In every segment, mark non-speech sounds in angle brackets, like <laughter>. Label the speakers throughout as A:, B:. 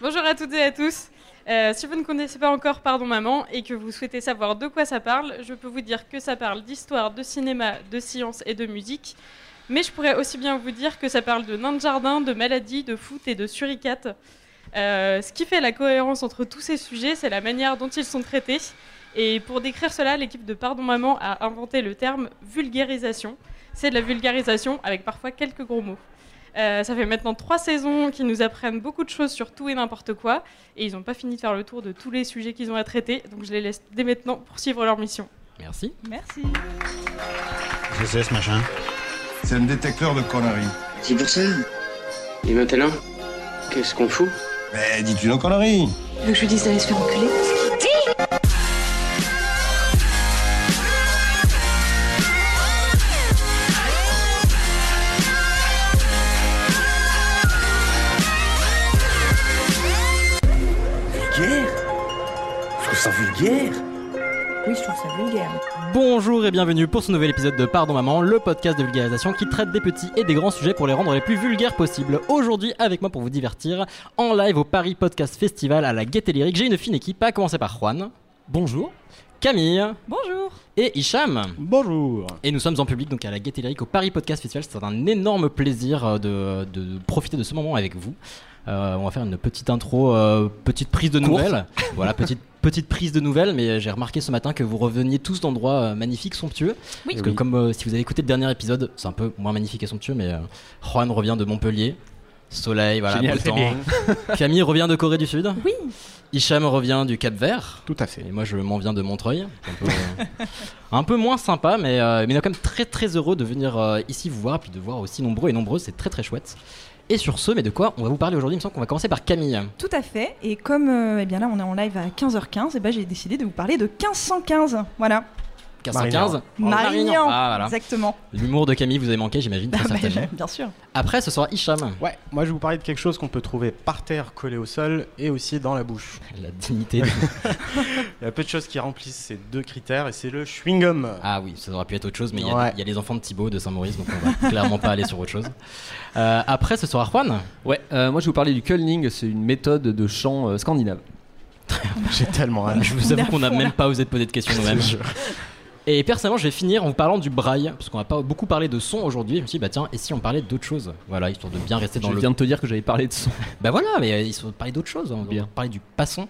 A: Bonjour à toutes et à tous. Euh, si vous ne connaissez pas encore Pardon Maman et que vous souhaitez savoir de quoi ça parle, je peux vous dire que ça parle d'histoire, de cinéma, de science et de musique. Mais je pourrais aussi bien vous dire que ça parle de nains de jardin, de maladies, de foot et de suricates. Euh, ce qui fait la cohérence entre tous ces sujets, c'est la manière dont ils sont traités. Et pour décrire cela, l'équipe de Pardon Maman a inventé le terme vulgarisation. C'est de la vulgarisation avec parfois quelques gros mots. Euh, ça fait maintenant trois saisons qu'ils nous apprennent beaucoup de choses sur tout et n'importe quoi. Et ils n'ont pas fini de faire le tour de tous les sujets qu'ils ont à traiter. Donc je les laisse dès maintenant poursuivre leur mission.
B: Merci.
A: Merci.
C: Je sais ce machin.
D: C'est un détecteur de conneries.
E: C'est pour ça.
F: Et maintenant, qu'est-ce qu'on fout
D: Mais dis-tu nos conneries
G: que je lui dise d'aller se faire enculer
H: Vulgaire Je trouve ça vulgaire
I: Oui, je trouve ça vulgaire.
B: Bonjour et bienvenue pour ce nouvel épisode de Pardon Maman, le podcast de vulgarisation qui traite des petits et des grands sujets pour les rendre les plus vulgaires possibles. Aujourd'hui, avec moi pour vous divertir, en live au Paris Podcast Festival à la Gaieté Lyrique, j'ai une fine équipe, à commencer par Juan. Bonjour. Camille
A: Bonjour.
B: et Hicham.
J: Bonjour.
B: Et nous sommes en public donc à la Gaieté Lyrique au Paris Podcast Festival. C'est un énorme plaisir euh, de, de profiter de ce moment avec vous. Euh, on va faire une petite intro, euh, petite prise de
J: Courte.
B: nouvelles. <laughs> voilà, petite, petite prise de nouvelles, mais j'ai remarqué ce matin que vous reveniez tous d'endroits euh, magnifiques, somptueux.
I: Oui.
B: Parce que
J: Oui.
B: comme euh, si vous avez écouté le dernier épisode, c'est un peu moins magnifique et somptueux, mais euh, Juan revient de Montpellier. Soleil, voilà,
J: Génial,
B: beau
J: c'est
B: temps.
J: bien.
B: Camille revient de Corée du Sud.
I: Oui.
B: Hicham revient du Cap Vert.
J: Tout à fait.
B: Et moi, je m'en viens de Montreuil. Un peu, euh, <laughs> un peu moins sympa, mais, euh, mais on est quand même très très heureux de venir euh, ici vous voir, puis de voir aussi nombreux et nombreuses. C'est très très chouette. Et sur ce, mais de quoi on va vous parler aujourd'hui Il me semble qu'on va commencer par Camille.
I: Tout à fait. Et comme euh, eh bien là on est en live à 15h15, et ben j'ai décidé de vous parler de 1515. Voilà.
B: 1515.
I: Marignan.
B: Ah, voilà.
I: Exactement.
B: L'humour de Camille, vous avez manqué, j'imagine, très
I: Ah, <laughs> bah,
B: certainement.
I: bien sûr.
B: Après, ce sera Hicham.
J: Ouais, moi je vais vous parler de quelque chose qu'on peut trouver par terre collé au sol et aussi dans la bouche.
B: La dignité. de-
J: Il y a peu de choses qui remplissent ces deux critères et c'est le chewing-gum.
B: Ah oui, ça aurait pu être autre chose, mais il y a-
J: Ouais.
B: il y, a les enfants de Thibaut, de Saint-Maurice, donc on va <laughs> clairement pas aller sur autre chose. Euh, après, ce sera Juan.
K: Ouais, euh, moi je vais vous parler du curling, c'est une méthode de chant euh, scandinave.
J: bah, J'ai tellement hâte.
B: Je vous avoue
I: On est à
B: qu'on n'a
I: fond,
B: même
I: là.
B: pas osé de poser de questions
J: Je te
B: nous-mêmes.
J: jure.
B: Et personnellement, je vais finir en vous parlant du braille, parce qu'on n'a pas beaucoup parlé de son aujourd'hui. Je me suis dit, bah tiens, et si on parlait d'autre chose Voilà, histoire de bien rester dans
K: je
B: le.
K: viens de te dire que j'avais parlé de son.
B: Bah voilà, mais euh, ils sont parler d'autre chose. On
K: Bien.
B: va parler du passant.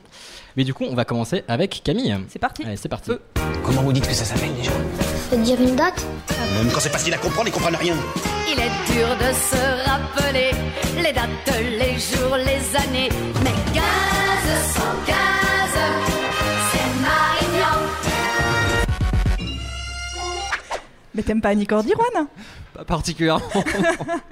B: Mais du coup, on va commencer avec Camille.
I: C'est parti.
B: Allez, c'est parti.
H: Comment vous dites que ça s'appelle déjà
G: Faites dire une date
D: Même quand c'est facile à comprendre, ils comprennent rien.
L: Il est dur de se rappeler les dates, les jours, les années. Mais 1515, c'est Marignan.
I: Mais t'aimes pas Annie Cordy, Juan
K: Pas particulièrement. <laughs>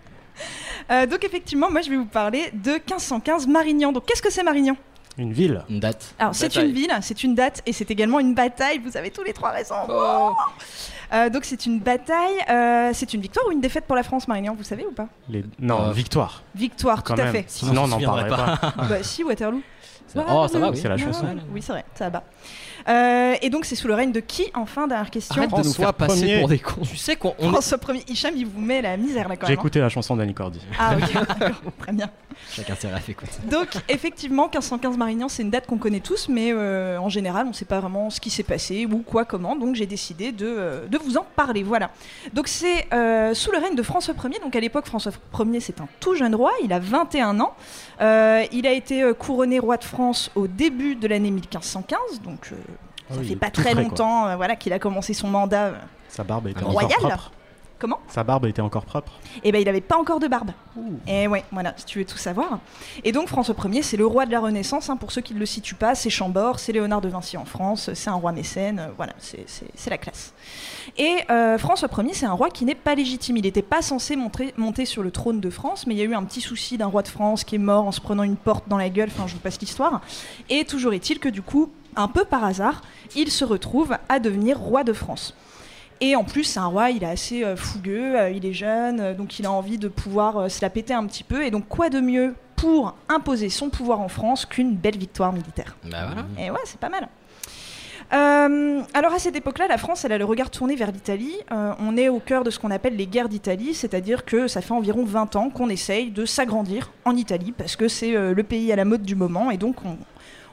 I: Euh, Donc effectivement, moi je vais vous parler de 1515 Marignan. Donc qu'est-ce que c'est Marignan
J: Une ville.
B: Une date.
I: Alors c'est
K: Bataille.
I: une ville, c'est une date et c'est également une bataille. Vous avez tous les trois raisons.
K: Oh.
I: Euh, donc c'est une bataille. euh, c'est une victoire ou une défaite pour la France, Marignan Vous savez ou pas
J: Les... Non,
B: Euh,
J: victoire.
I: Victoire, Ah, tout
J: Ah, Quand
I: à
J: même.
I: fait.
B: Sinon,
J: Sinon,
B: on
J: on n'en
B: se souviendrait
J: parlerait pas.
I: bah si, Waterloo.
B: Ah. C'est- Oh, ça va, oui.
J: C'est la chanson.
I: Oui, c'est vrai, ça bat. Euh, et donc, c'est sous le règne de qui, enfin, dernière question
K: Arrête de nous
J: François
K: faire passer
J: premier.
K: pour des cons.
B: Tu sais qu'on. on-
I: François 1er, Hicham, il vous met la misère là quand
J: J'ai
I: même. hein.
J: écouté la chanson d'Annie Cordy.
I: Ah, ok, d'accord,
B: <laughs>
I: très bien.
B: Chacun ses rêves, écoute.
I: Donc, effectivement, 1515 Marignan, c'est une date qu'on connaît tous, mais euh, en général, on ne sait pas vraiment ce qui s'est passé ou quoi, comment. Donc, j'ai décidé de, euh, de vous en parler. Voilà. Donc, c'est euh, sous le règne de François Ier. Donc, à l'époque, François Ier, c'est un tout jeune roi. Il a 21 ans. Euh, il a été euh, couronné roi de France au début de l'année 1515. Donc, euh, ça
J: Ah oui,
I: fait pas
J: tout
I: très
J: frais, quoi.
I: longtemps euh, voilà, qu'il a commencé son mandat. euh.
J: Sa barbe était
B: Ah,
J: encore
I: royal
J: propre.
I: Comment
J: Sa barbe était encore propre.
I: Eh ben, il n'avait pas encore de barbe. Et ouais, voilà, si tu veux tout savoir. Et donc François Ier, c'est le roi de la Renaissance. hein, pour ceux qui ne le situent pas, c'est Chambord, c'est Léonard de Vinci en France, c'est un roi mécène, euh, voilà, c'est- c'est c'est la classe. Et euh, François Ier, c'est un roi qui n'est pas légitime. Il n'était pas censé montrer- monter sur le trône de France, mais il y a eu un petit souci d'un roi de France qui est mort en se prenant une porte dans la gueule. Enfin, je vous passe l'histoire. Et toujours est-il que du coup, un peu par hasard, il se retrouve à devenir roi de France. Et en plus, c'est un roi, il est assez euh, fougueux, euh, il est jeune, euh, donc il a envie de pouvoir euh, se la péter un petit peu. Et donc, quoi de mieux pour imposer son pouvoir en France qu'une belle victoire militaire
B: Bah voilà.
I: Et ouais, c'est pas mal. Euh, alors à cette époque-là, la France, elle a le regard tourné vers l'Italie. Euh, on est au cœur de ce qu'on appelle les guerres d'Italie, c'est-à-dire que ça fait environ 20 ans qu'on essaye de s'agrandir en Italie, parce que c'est euh, le pays à la mode du moment, et donc on,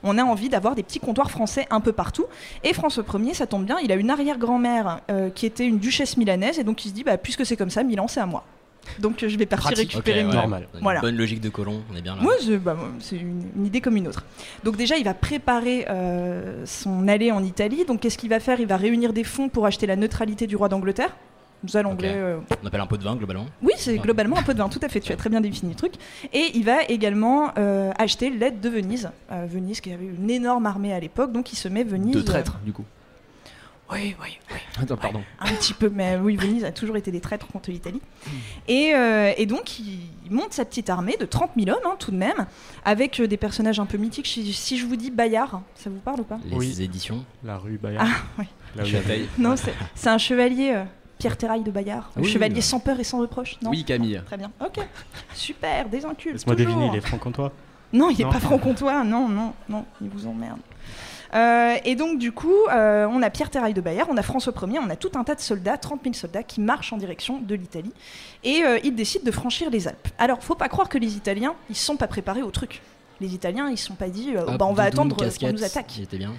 I: on a envie d'avoir des petits comptoirs français un peu partout. Et François Ier, ça tombe bien, il a une arrière-grand-mère euh, qui était une duchesse milanaise, et donc il se dit, bah, puisque c'est comme ça, Milan, c'est à moi. Donc euh, je vais partir
B: Pratique, ok,
I: récupérer
B: ouais.
I: Milan.
B: Normal.
I: Voilà.
B: Bonne logique de colon, on est bien là.
I: Moi, je- bah, moi, c'est une, une idée comme une autre. Donc déjà, il va préparer euh, son allée en Italie. Donc qu'est-ce qu'il va faire Il va réunir des fonds pour acheter la neutralité du roi d'Angleterre. Nous l'anglais.
B: Ok.
I: euh,
B: On appelle un pot de vin globalement.
I: oui, c'est
K: Ah.
I: globalement un peu de vin, tout à fait. Tu as très bien défini le truc. Et il va également euh, acheter l'aide de Venise. Euh, Venise qui avait une énorme armée à l'époque, donc il se met Venise. euh,
K: De traître, du coup.
I: Oui, oui, oui.
K: Attends, pardon.
I: Un petit peu, mais oui, Venise a toujours été des traîtres contre l'Italie.
K: Mm.
I: Et, euh, et donc, il monte sa petite armée de 30 000 hommes, hein, tout de même, avec euh, des personnages un peu mythiques. Si, si je vous dis Bayard, ça vous parle ou pas
B: Les éditions.
J: La rue Bayard.
I: Ah, oui.
J: Là où
B: Je
J: il y a-
B: taille.
I: Non, c'est c'est un chevalier, euh, Pierre Terrail de Bayard. Le
K: Ah Oui.
I: chevalier sans peur et sans reproche, non
K: Oui, Camille.
I: Très bien, ok. Super, des incultes.
J: Laisse-moi
I: toujours.
J: deviner, il est franc-comtois.
I: Non, il n'est
J: Non.
I: pas franc-comtois, non, non, non, il vous emmerde. Euh, et donc, du coup, euh, on a Pierre Terrail de Bayard, on a François Ier, on a tout un tas de soldats, 30 000 soldats, qui marchent en direction de l'Italie. Et euh, ils décident de franchir les Alpes. Alors, faut pas croire que les Italiens, ils sont pas préparés au truc. Les Italiens, ils sont pas dit, euh,
B: Hop,
I: bah, on va
B: doudoune,
I: attendre euh, qu'on
B: casquette,
I: nous attaque.
B: J'étais bien.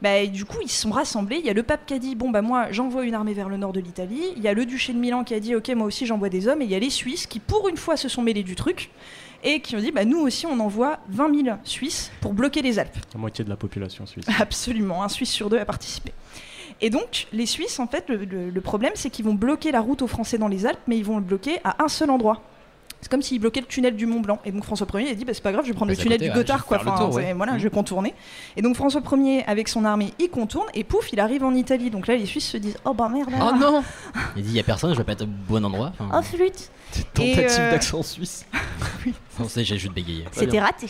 I: Bah, et du coup, ils se sont rassemblés. Il y a le pape qui a dit Bon, bah, moi, j'envoie une armée vers le nord de l'Italie. Il y a le duché de Milan qui a dit Ok, moi aussi, j'envoie des hommes. Et il y a les Suisses qui, pour une fois, se sont mêlés du truc et qui ont dit Bah, nous aussi, on envoie 20 000 Suisses pour bloquer les Alpes.
J: La moitié de la population suisse.
I: Ah, <laughs>
J: Ah
I: Absolument, un Suisse sur deux a participé. Et donc, les Suisses, en fait, le, le- le problème, c'est qu'ils vont bloquer la route aux Français dans les Alpes, mais ils vont le bloquer à un seul endroit. C'est comme s'ils bloquaient le tunnel du Mont Blanc. Et donc François Ier a dit bah, c'est pas grave, je vais
B: Bah,
I: prendre le
B: c'est à
I: tunnel
B: côté,
I: du
B: ouais,
I: Gotthard,
B: je vais
I: quoi.
B: faire le
I: Enfin,
B: tour, ouais.
I: c'est- voilà,
B: Mhm.
I: je vais contourner. Et donc François Ier, avec son armée, il contourne et pouf, il arrive en Italie. Donc là, les Suisses se disent oh bah merde.
K: Oh
I: alors.
K: non
B: Il dit, il y a personne, je vais pas être au bon endroit.
I: Oh
B: Enfin,
I: flûte
K: Tentative
I: Et, euh,
K: d'accent suisse.
I: Oh.
B: on sait, j'ai juste bégayé.
I: C'était raté.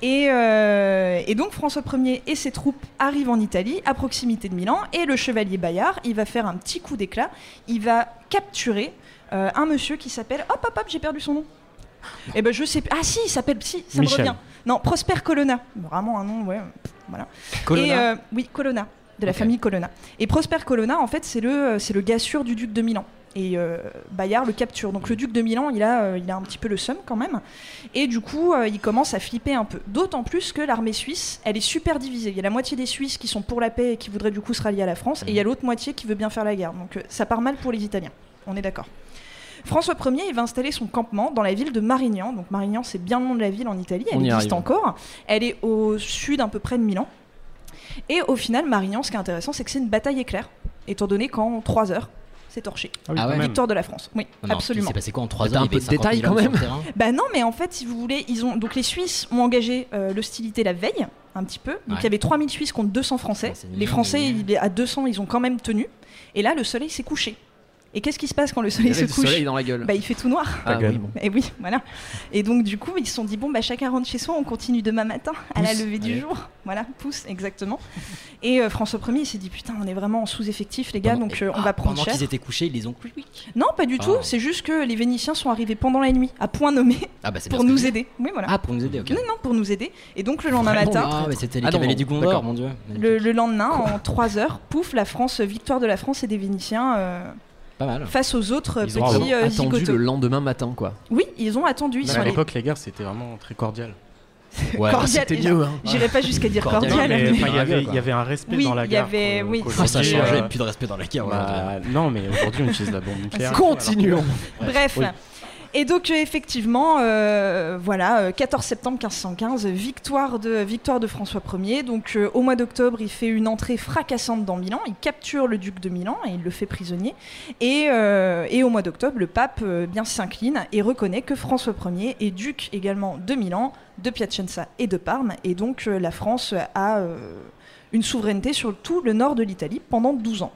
I: Et, euh, et donc François Ier et ses troupes arrivent en Italie, à proximité de Milan, et le chevalier Bayard, il va faire un petit coup d'éclat, il va capturer euh, un monsieur qui s'appelle... Hop, hop, hop, j'ai perdu son nom. Eh ben je sais... plus. Ah si, il s'appelle... Si, ça
J: Michel.
I: me revient. Non, Prosper Colonna. Vraiment un nom, ouais. pff, Voilà.
B: Colonna
I: Et, euh, oui, Colonna, de la
B: Ok.
I: famille Colonna. Et Prosper Colonna, en fait, c'est le, euh, c'est le gars sûr du duc de Milan. Et euh, Bayard le capture. Donc le duc de Milan, il a, euh, il a un petit peu le seum quand même. Et du coup, euh, il commence à flipper un peu. D'autant plus que l'armée suisse, elle est super divisée. Il y a la moitié des Suisses qui sont pour la paix et qui voudraient du coup se rallier à la France, et il y a l'autre moitié qui veut bien faire la guerre. Donc euh, ça part mal pour les Italiens. On est d'accord. François Ier, il va installer son campement dans la ville de Marignan. Donc Marignan, c'est bien le nom de la ville en Italie. Elle
K: On y
I: existe
K: arrive.
I: encore. Elle est au sud, à peu près de Milan. Et au final, Marignan, ce qui est intéressant, c'est que c'est une bataille éclair, étant donné qu'en 3 heures, c'est torché.
B: Ah ouais.
J: quand même.
I: Victoire de la France. Oui,
B: Non, non,
I: absolument.
B: Il s'est passé quoi en 3 heures
K: T'as un
B: il y
K: peu
B: avait
K: de
B: 50
K: détails
B: 000
K: quand
B: hommes sur le terrain
I: Bah non, mais en fait, si vous voulez, ils ont donc les Suisses ont engagé euh, l'hostilité la veille un petit peu. Donc il
B: Ouais.
I: y avait 3000 Suisses contre 200 Français.
B: Ouais, c'est
I: les
B: nul,
I: Français,
B: nul.
I: il est à 200, ils ont quand même tenu. Et là, le soleil s'est couché. Et qu'est-ce qui se passe quand le soleil
K: Il y
I: se
K: avait du
I: couche
K: soleil dans la gueule.
I: Bah il fait tout noir.
K: Ah
J: gueule.
K: oui, bon.
I: Et oui, voilà. Et donc du coup, ils se sont dit bon bah chacun rentre chez soi, on continue demain matin à la
K: Pousse,
I: levée du
K: allez.
I: jour. Voilà, pousse exactement. Et euh, François 1er, il s'est dit putain, on est vraiment en sous-effectif les gars,
B: Pendant-
I: donc euh, on
B: Ah,
I: va prendre
B: Pendant
I: cher.
B: qu'ils étaient couchés, ils les ont cloués.
I: Non, pas du
B: Ah.
I: tout, c'est juste que les Vénitiens sont arrivés pendant la nuit à point nommé
B: Ah bah c'est bien
I: pour
B: ce que
I: nous
B: je dis.
I: aider. Oui, voilà.
B: Ah, pour nous aider, ok.
I: Non, non, pour nous aider. Et donc le lendemain
K: Vraiment,
I: matin,
B: Ah, mais c'était les
K: Ah non,
B: cavaliers
K: non,
B: du Gondor,
K: d'accord.
B: mon dieu.
I: le, le lendemain, en 3 heures, pouf, la France, victoire de la France et des Vénitiens euh,
B: Pas mal.
I: face aux autres
K: Ils ont
I: petits
K: vraiment
I: euh,
K: attendu
I: zigotos.
K: le lendemain matin, quoi.
I: Oui, ils ont attendu, ils
J: Mais
I: sont
J: à
I: allés.
J: l'époque, les guerres, c'était vraiment très cordial.
B: Ouais.
I: Cordial,
K: C'était
I: et
K: mieux, hein.
I: J'irai pas jusqu'à dire
B: Cordial,
I: cordial,
J: mais,
I: mais-
J: enfin, il y avait-
K: quoi.
J: il y avait un respect
I: Oui,
J: dans la
I: il y
J: guerre.
I: avait-
J: qu'on-
I: oui.
J: qu'aujourd'hui,
B: Ah, <laughs> ça a changé,
J: euh,
B: plus de respect dans la guerre. aujourd'hui.
J: bah, non, mais aujourd'hui, on utilise la bombe
I: <laughs>
J: nucléaire.
K: Continuons.
I: Bref.
J: Oui.
I: Et donc euh, effectivement, euh, voilà, euh, 14 septembre 1515, victoire de, victoire de François Ier. Donc euh, au mois d'octobre, il fait une entrée fracassante dans Milan, il capture le duc de Milan et il le fait prisonnier. Et, euh, et au mois d'octobre, le pape euh, bien s'incline et reconnaît que François Ier est duc également de Milan, de Piacenza et de Parme. Et donc euh, la France a euh, une souveraineté sur tout le nord de l'Italie pendant 12 ans.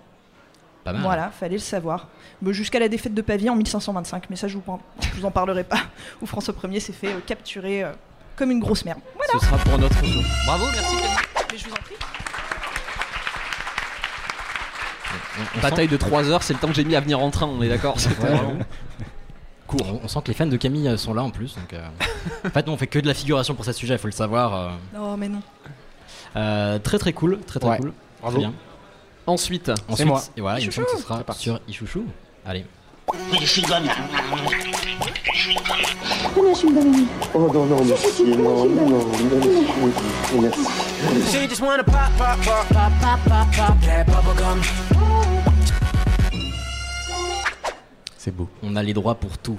B: Pas mal.
I: Voilà, fallait le savoir. Bon, Jusqu'à la défaite de Pavie en 1525, mais ça je vous, en- je vous en parlerai pas, <laughs> où François Ier s'est fait euh, capturer euh, comme une grosse merde.
K: Ce sera pour notre jour.
B: Bravo, merci.
I: Mais je vous en prie.
B: On- on
K: Bataille de 3 heures, c'est le temps que j'ai mis à venir en train, on est d'accord C'était
B: Ouais.
K: vraiment-
B: Court. On, on sent que les fans de Camille euh, sont là en plus. <laughs> Donc, euh, en fait, nous, on fait que de la figuration pour ce sujet, il faut le savoir. euh.
I: Non, Oh, mais non.
B: Euh, très très cool, très très
K: Ouais.
B: cool. Bravo. bien.
K: Ensuite,
B: Ensuite, Et voilà, il me semble que ce sera sur Ichouchou. Allez.
D: Je suis gomme.
E: Oh non, non, merci, non, non, non, merci.
H: She just wanna pop, pop, pop, pop, pop, pop, pop, that bubble gum.
J: C'est beau.
B: On a les droits pour tout.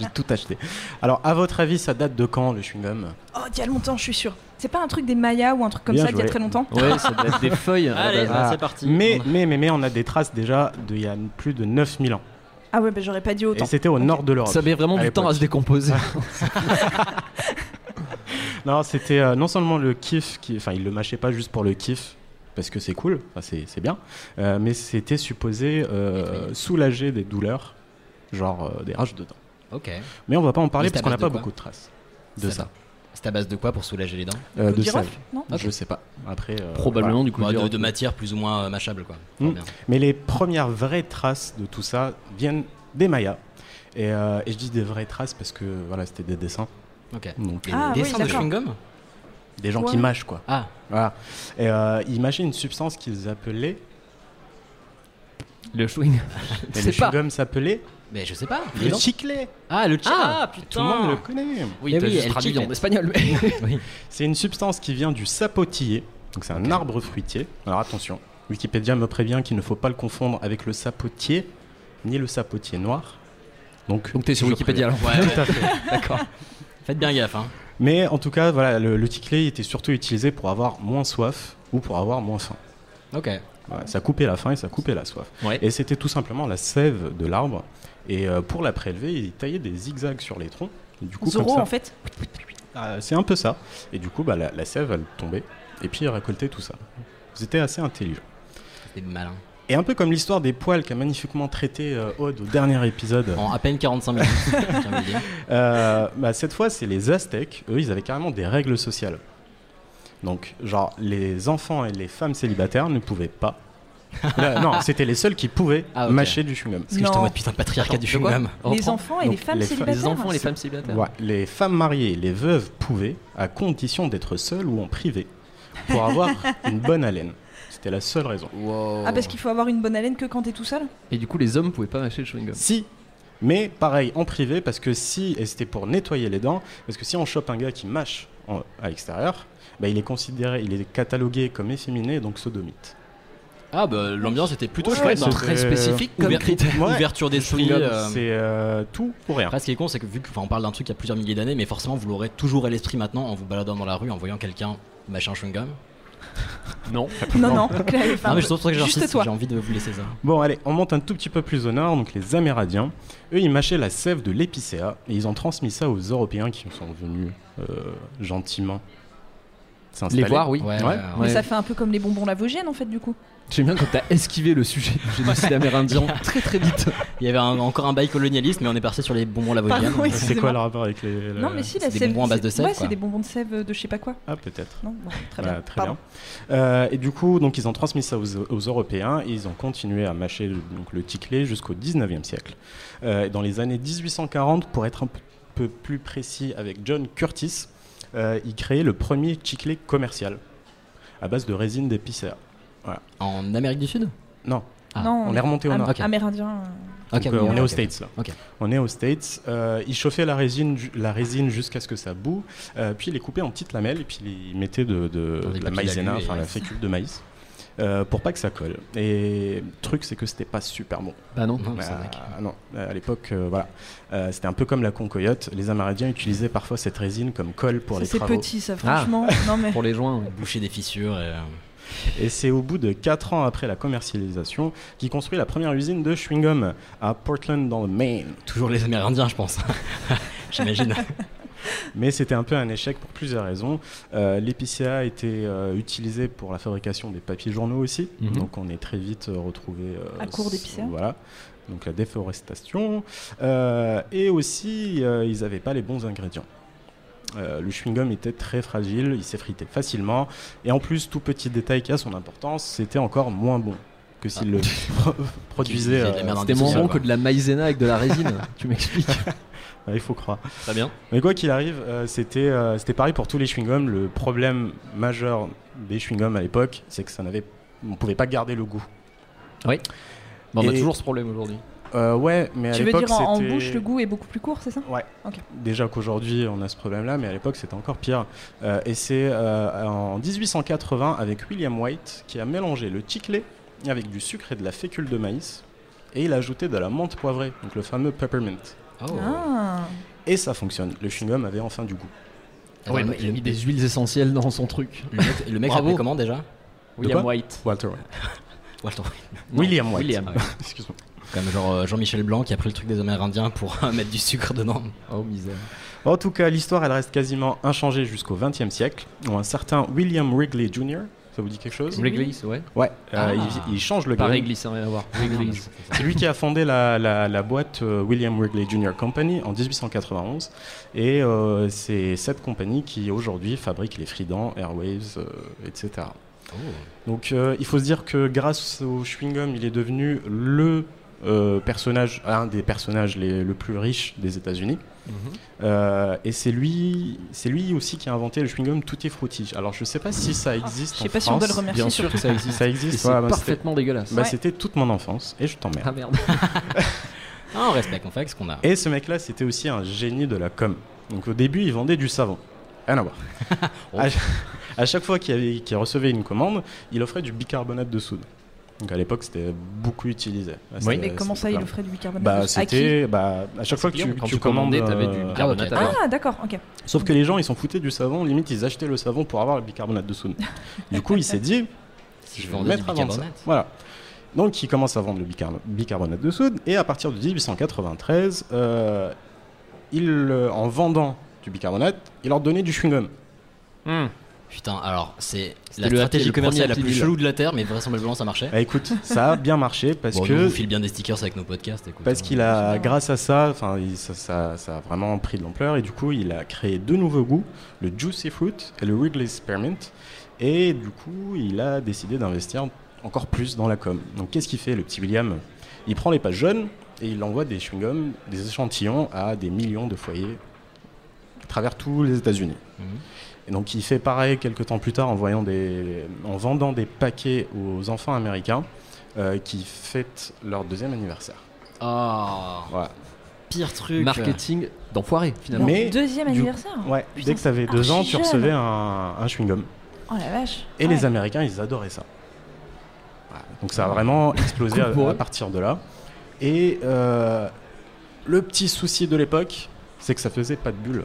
J: J'ai tout acheté. Alors, à votre avis, ça date de quand le chewing-gum
I: Oh, il y a longtemps, je suis sûre. C'est pas un truc des Mayas ou un truc comme
J: Bien
I: ça d'il y a
J: joué.
I: très longtemps
B: <laughs>
K: Eh ben, euh,
J: Ah.
K: bah,
J: Mais, mais, mais, mais on a des traces déjà d'il y a plus de 9000 ans.
I: Ah ouais, bah, j'aurais pas dit autant.
J: Et c'était au nord
B: Oh,
J: de l'Europe.
K: Ça met vraiment du temps à se décomposer.
J: non, c'était euh, non seulement le kiff, qui, enfin, il le mâchait pas juste pour le kiff, parce que c'est cool, enfin, c'est c'est bien, euh, mais c'était supposé euh, soulager des douleurs, genre euh, des rages de dents.
B: Ok.
J: Mais on va pas en parler
B: Mais c'est
J: parce
B: à
J: qu'on n'a
B: base
J: pas
B: de quoi
J: beaucoup de traces de ça.
B: C'est à base de quoi pour soulager les dents
J: Euh, de sel. Je sais pas. Après, euh, voilà.
B: Ouais, Bah, de, de matière plus ou moins euh, mâchable quoi.
J: Mm. Mais les premières vraies traces de tout ça viennent des Mayas. Et, euh, et je dis des vraies traces parce que voilà, c'était des dessins.
B: Ok.
J: Donc,
B: Des Ah, dessins oui, de d'accord. chewing-gum
J: Des gens qui
B: Ouais.
J: mâchent, quoi.
B: Ah.
J: Voilà. Et euh, ils mâchaient une substance qu'ils appelaient.
K: Le chewing.
J: Et
K: sais
J: le
K: pas.
J: chewing-gum s'appelait.
B: Mais je sais pas.
J: Le chiclet.
B: Ah, le chiclet.
K: Ah,
B: putain.
J: Tout le monde le connaît.
K: Oui, t'as juste traduit en espagnol. mais-
J: C'est une substance qui vient du sapotillier. Donc c'est un arbre fruitier. Alors attention, Wikipédia me prévient qu'il ne faut pas le confondre avec le sapotier ni le sapotier noir. Donc,
K: Donc t'es sur
J: je
K: Wikipédia,
J: préviens.
K: alors. Ouais,
J: Tout à
K: ouais.
J: fait.
K: D'accord.
B: Faites bien gaffe hein.
J: Mais en tout cas, voilà, le, le ticlet était surtout utilisé pour avoir moins soif ou pour avoir moins faim.
B: Ok.
J: Voilà, ça coupait la faim et ça coupait la soif. Et c'était tout simplement la sève de l'arbre. Et euh, pour la prélever, il taillait des zigzags sur les troncs. Et du coup,
I: Zorro,
J: comme ça-
I: en fait.
J: Ah, c'est un peu ça. Et du coup, bah, la, la sève, elle tombait. Et puis, il récoltait tout ça. C'était assez intelligent.
B: C'était malin.
J: Et un peu comme l'histoire des poils qu'a magnifiquement traité euh, Aude au dernier épisode.
B: En à peine 45
J: <laughs>
B: minutes. j'ai envie de dire.
J: Euh, bah, cette fois, c'est les Aztèques. Eux, ils avaient carrément des règles sociales. Donc, genre, les enfants et les femmes célibataires ne
B: <laughs>
J: pouvaient pas. Là, non, c'était les seuls qui pouvaient
B: Ah, ok.
J: mâcher du chewing-gum.
B: Parce que j'étais en Non. mode, putain, le patriarcat du
J: De quoi
B: chewing-gum.
I: Les Reprends. enfants et les femmes
J: fe-
I: célibataires. hein, Les enfants et les femmes
K: célibataires.
J: Ouais, les femmes mariées et les veuves pouvaient, à condition d'être seules ou en privé,
B: <laughs>
J: pour avoir une bonne haleine. C'était la seule raison.
I: Ah, parce qu'il faut avoir une bonne haleine que quand t'es tout seul
J: Et du coup, les hommes pouvaient pas mâcher le chewing-gum. Si, mais pareil en privé parce que si et c'était pour nettoyer les dents parce que si on chope un gars qui mâche en- à l'extérieur, bah, il est considéré, il est catalogué comme efféminé donc sodomite.
B: Ah bah l'ambiance était plutôt
J: Ouais,
B: chouette. hein.
J: c'était- Très spécifique comme
B: Ouver-
J: critère. Ouais.
B: Ouverture d'esprit.
J: Chewing-gum, c'est, euh, tout pour rien.
B: Après, ce qui est con, c'est que vu qu'on parle d'un truc il y a plusieurs milliers d'années, mais forcément vous l'aurez toujours à l'esprit maintenant en vous baladant dans la rue en voyant quelqu'un mâcher un chewing-gum.
K: Non.
I: Non, non,
B: mais
I: Claire, enfin,
B: je trouve que
I: juste
B: j'insiste,
I: toi.
B: j'ai envie de vous laisser ça.
J: Bon allez, on monte un tout petit peu plus au nord donc les Amérindiens, eux ils mâchaient la sève de l'épicéa et ils ont transmis ça aux Européens qui sont venus euh, gentiment. s'installer.
K: Les voir, oui.
J: Ouais,
K: Ouais,
J: ouais.
I: Mais ça fait un peu comme les bonbons lavogènes en fait, du coup.
K: J'aime bien quand t'as esquivé le sujet du génocide <laughs> amérindien.
B: très très vite. Il y avait un- encore un bail colonialiste, mais on est parti sur les bonbons
I: Pardon,
B: lavogènes.
I: excusez-moi. C'est quoi le
J: rapport avec les.
I: non, mais si, la
B: C'est des
I: sève-
B: bonbons à base de
I: c'est-
B: sève.
I: Ouais,
B: quoi.
I: c'est des bonbons de sève euh, de je sais pas quoi.
J: Ah, peut-être.
I: Non, bon, très
J: Bah,
I: bien. Pardon.
J: bien. Euh, et du coup, donc, ils ont transmis ça aux, aux Européens et ils ont continué à mâcher donc, le ticlet jusqu'au 19e siècle. Euh, et dans les années 1840, pour être un p- peu plus précis avec John Curtis, euh, il créait le premier ticlet commercial à base de résine d'épicéa.
B: En Amérique du Sud Ah.
J: Non.
I: Non,
J: on est remonté au
I: am-
J: nord.
I: Amérindien. euh,
J: Donc,
B: Ok,
J: euh,
B: oui,
J: on est
B: ok.
J: aux States là.
B: Ok.
J: On est aux States. Euh, ils chauffaient la résine, ju- la résine jusqu'à ce que ça boue, euh, puis ils les coupaient en petites lamelles, et puis ils mettaient de, de-
B: Dans des
J: de la
B: papiers
J: maïzena,
B: d'allumer,
J: enfin
B: ouais.
J: la fécule de maïs, euh, pour pas que ça colle. Et le truc, c'est que c'était pas super bon.
K: Bah non.
B: Non, Oh, c'est vrai
J: Ah, non. Euh, à l'époque, euh, voilà. Euh, c'était un peu comme la concoyote. Les Amérindiens utilisaient parfois cette résine comme colle pour
I: Ça,
J: les
I: c'est
J: travaux.
I: petit,
J: <laughs>
I: ça, franchement. Ah. Non, mais- Pour
K: les joints.
B: Boucher des fissures. et, euh,
J: Et c'est au bout de 4 ans après la commercialisation qu'il construit la première usine de chewing-gum à Portland dans le Maine.
B: Toujours les Amérindiens, je pense. <laughs> J'imagine.
J: Mais c'était un peu un échec pour plusieurs raisons. Euh, L'épicéa a été euh, utilisé pour la fabrication des papiers journaux aussi.
K: Mhm.
J: Donc on est très vite euh, retrouvé. euh,
I: À court
J: s-
I: d'épicéa.
J: Voilà. Donc la déforestation. Euh, et aussi, euh, ils n'avaient pas les bons ingrédients. Euh, le chewing-gum était très fragile, il s'effritait facilement. Et en plus, tout petit détail qui a son importance, c'était encore moins bon. que s'il le
K: Ah.
J: pro- <laughs> <laughs> produisait.
K: Qu'il faisait de la
J: euh,
K: merde C'était moins industrielle, bon que quoi. de la maïzena avec de la résine, <laughs> tu m'expliques
J: Ouais, Il faut croire.
B: Très bien.
J: Mais quoi qu'il arrive, euh, c'était euh, c'était pareil pour tous les chewing-gums. Le problème majeur des chewing-gums à l'époque, c'est que ça n'avait, on pouvait pas garder le goût.
K: Oui. Mais on a
J: Et-
K: toujours ce problème aujourd'hui.
J: Euh, ouais, mais à
I: Tu veux
J: l'époque,
I: dire en, en
J: c'était-
I: bouche le goût est beaucoup plus court, c'est ça
J: Ouais.
I: Ok.
J: Déjà qu'aujourd'hui on a ce problème-là, mais à l'époque c'était encore pire. Euh, et c'est euh, en 1880 avec William White qui a mélangé le chiclé avec du sucre et de la fécule de maïs et il a ajouté de la menthe poivrée, donc le fameux peppermint. Oh.
B: Oh.
I: Ah.
J: Et ça fonctionne. Le chewing-gum avait enfin du goût.
K: Ah ouais, donc il a mis des huiles essentielles dans son truc.
B: Le mec, le mec
K: Bravo.
B: s'appelait comment déjà
J: De
K: William
J: quoi
K: White.
J: Walter White.
B: Walter
J: Non, William White.
B: William.
J: <laughs> Ah ouais. Excuse-moi.
B: Comme genre euh, Jean-Michel Blanc qui a pris le truc des Amérindiens pour euh, mettre du sucre dedans.
K: Oh misère.
J: En tout cas, l'histoire elle reste quasiment inchangée jusqu'au XXe siècle, où un certain William Wrigley Jr. Ça vous dit quelque chose
K: Wrigley, c'est ouais.
J: Ouais,
K: Ah.
J: euh, il, il change le
K: Pas
J: grain.
K: Wrigley, ça n'a rien à voir. Wrigley.
J: C'est lui qui a fondé la, la- la boîte euh, William Wrigley Jr. Company en 1891. Et euh, c'est cette compagnie qui aujourd'hui fabrique les Fridans, Airwaves, euh, etc. Donc euh, il faut se dire que grâce au chewing-gum, il est devenu le euh, personnage, un des personnages les- le plus riche des États-Unis. Euh, et c'est lui, c'est lui aussi qui a inventé le chewing-gum Tutti Frutti. Alors je sais pas si ça existe.
I: Ah, je sais
J: en
I: pas si on doit
J: France.
I: le remercier,
J: Bien sûr que
I: surtout.
J: ça existe.
K: Et
J: Ça existe.
K: c'est parfaitement dégueulasse.
J: Bah,
K: Ouais.
J: C'était toute mon enfance et je t'emmerde.
K: Ah merde.
B: Ah, on respecte, on fait avec ce qu'on a.
J: Et ce mec-là, c'était aussi un génie de la com. Donc au début, il vendait du savon. Rien
K: <laughs>
J: à voir. à, à chaque fois qu'il, y avait- qu'il recevait une commande, il offrait du bicarbonate de soude. Donc à l'époque, c'était beaucoup utilisé. Ah, c'était-
I: Mais comment
J: c'était
I: ça, il
J: plein.
I: offrait du bicarbonate de
J: bah,
I: soude À
J: c'était,
I: qui
J: bah, à chaque fois que
K: clients,
J: tu,
K: quand
J: tu
K: tu
J: commandes,
K: commandais, t'avais du
J: euh,
K: bicarbonate à
I: Ah, d'accord, ok.
J: Sauf que les gens, ils s'en foutaient du savon. Limite, ils achetaient le savon pour avoir le bicarbonate de
I: <laughs>
J: soude. du coup, il s'est dit, je vais
B: vendais
J: en
B: du
J: mettre à vendre ça.
B: bicarbonate.
J: Voilà. Donc, il commence à vendre le bicar- bicarbonate de soude. Et à partir de 1893, euh, il, euh, en vendant du bicarbonate, il leur donnait du chewing-gum.
B: Putain, alors c'est
K: C'était
B: la
K: le
B: stratégie
K: happy- le
B: commerciale
K: premier
B: la plus
K: happy meal.
B: chelou de la Terre, mais vraisemblablement ça marchait.
J: Bah écoute, ça a bien marché parce
B: Bon, nous, on
J: que
B: vous file bien des stickers avec nos podcasts. écoute,
J: Parce
B: hein.
J: qu'il a, grâce à ça, enfin, il- ça, ça- ça a vraiment pris de l'ampleur et du coup, il a créé deux nouveaux goûts, le Juicy Fruit et le Wrigley Spearmint. Et du coup, il a décidé d'investir encore plus dans la com. Donc, qu'est-ce qu'il fait, le petit William Il prend les pages jeunes et il envoie des chewing-gums, des échantillons à des millions de foyers à travers tous les États-Unis. Et donc, il fait pareil quelques temps plus tard en, voyant des, en vendant des paquets aux enfants américains euh, qui fêtent leur deuxième anniversaire.
B: Ah,
J: Voilà.
B: pire truc.
K: Marketing d'enfoiré finalement.
J: Mais
I: Deuxième
J: du-
I: anniversaire
J: Ouais,
I: Oh, Putain,
J: dès que t'avais
I: c'est
J: deux ans,
I: archi
J: tu
I: jeune.
J: recevais un, un chewing-gum.
I: Oh la vache
J: Et
I: Ah
J: les
I: ouais. Ah.
J: Américains, ils adoraient ça. Voilà, Donc ça a vraiment explosé
K: Cool pour
J: à, à
K: eux.
J: partir de là. Et euh, le petit souci de l'époque, c'est que ça faisait pas de bulle.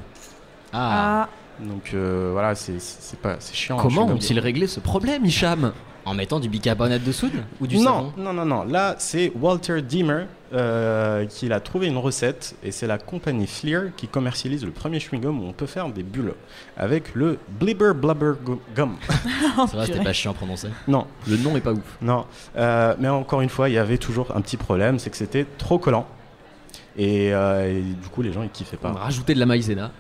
B: Ah.
I: Ah,
J: Donc euh, voilà, c'est- c'est c'est pas, c'est chiant. un
K: Comment
J: chewing-gum.
K: ont-ils réglé ce problème, Hicham
B: En mettant du bicarbonate de soude ou du savon
J: non, non, non, non. Là, c'est Walter Deemer euh, qui a trouvé une recette et c'est la compagnie Fleer qui commercialise le premier chewing-gum où on peut faire des bulles avec le Blibber Blubber Gu- Gum. <laughs>
B: Ça va, c'était pas chiant à prononcer.
J: non,
K: Le nom est pas ouf.
J: Non, euh, mais encore une fois, il y avait toujours un petit problème, c'est que c'était trop collant. Et, euh, et du coup, les gens, ils kiffaient
K: On
J: pas.
K: va rajouter de la maïzena.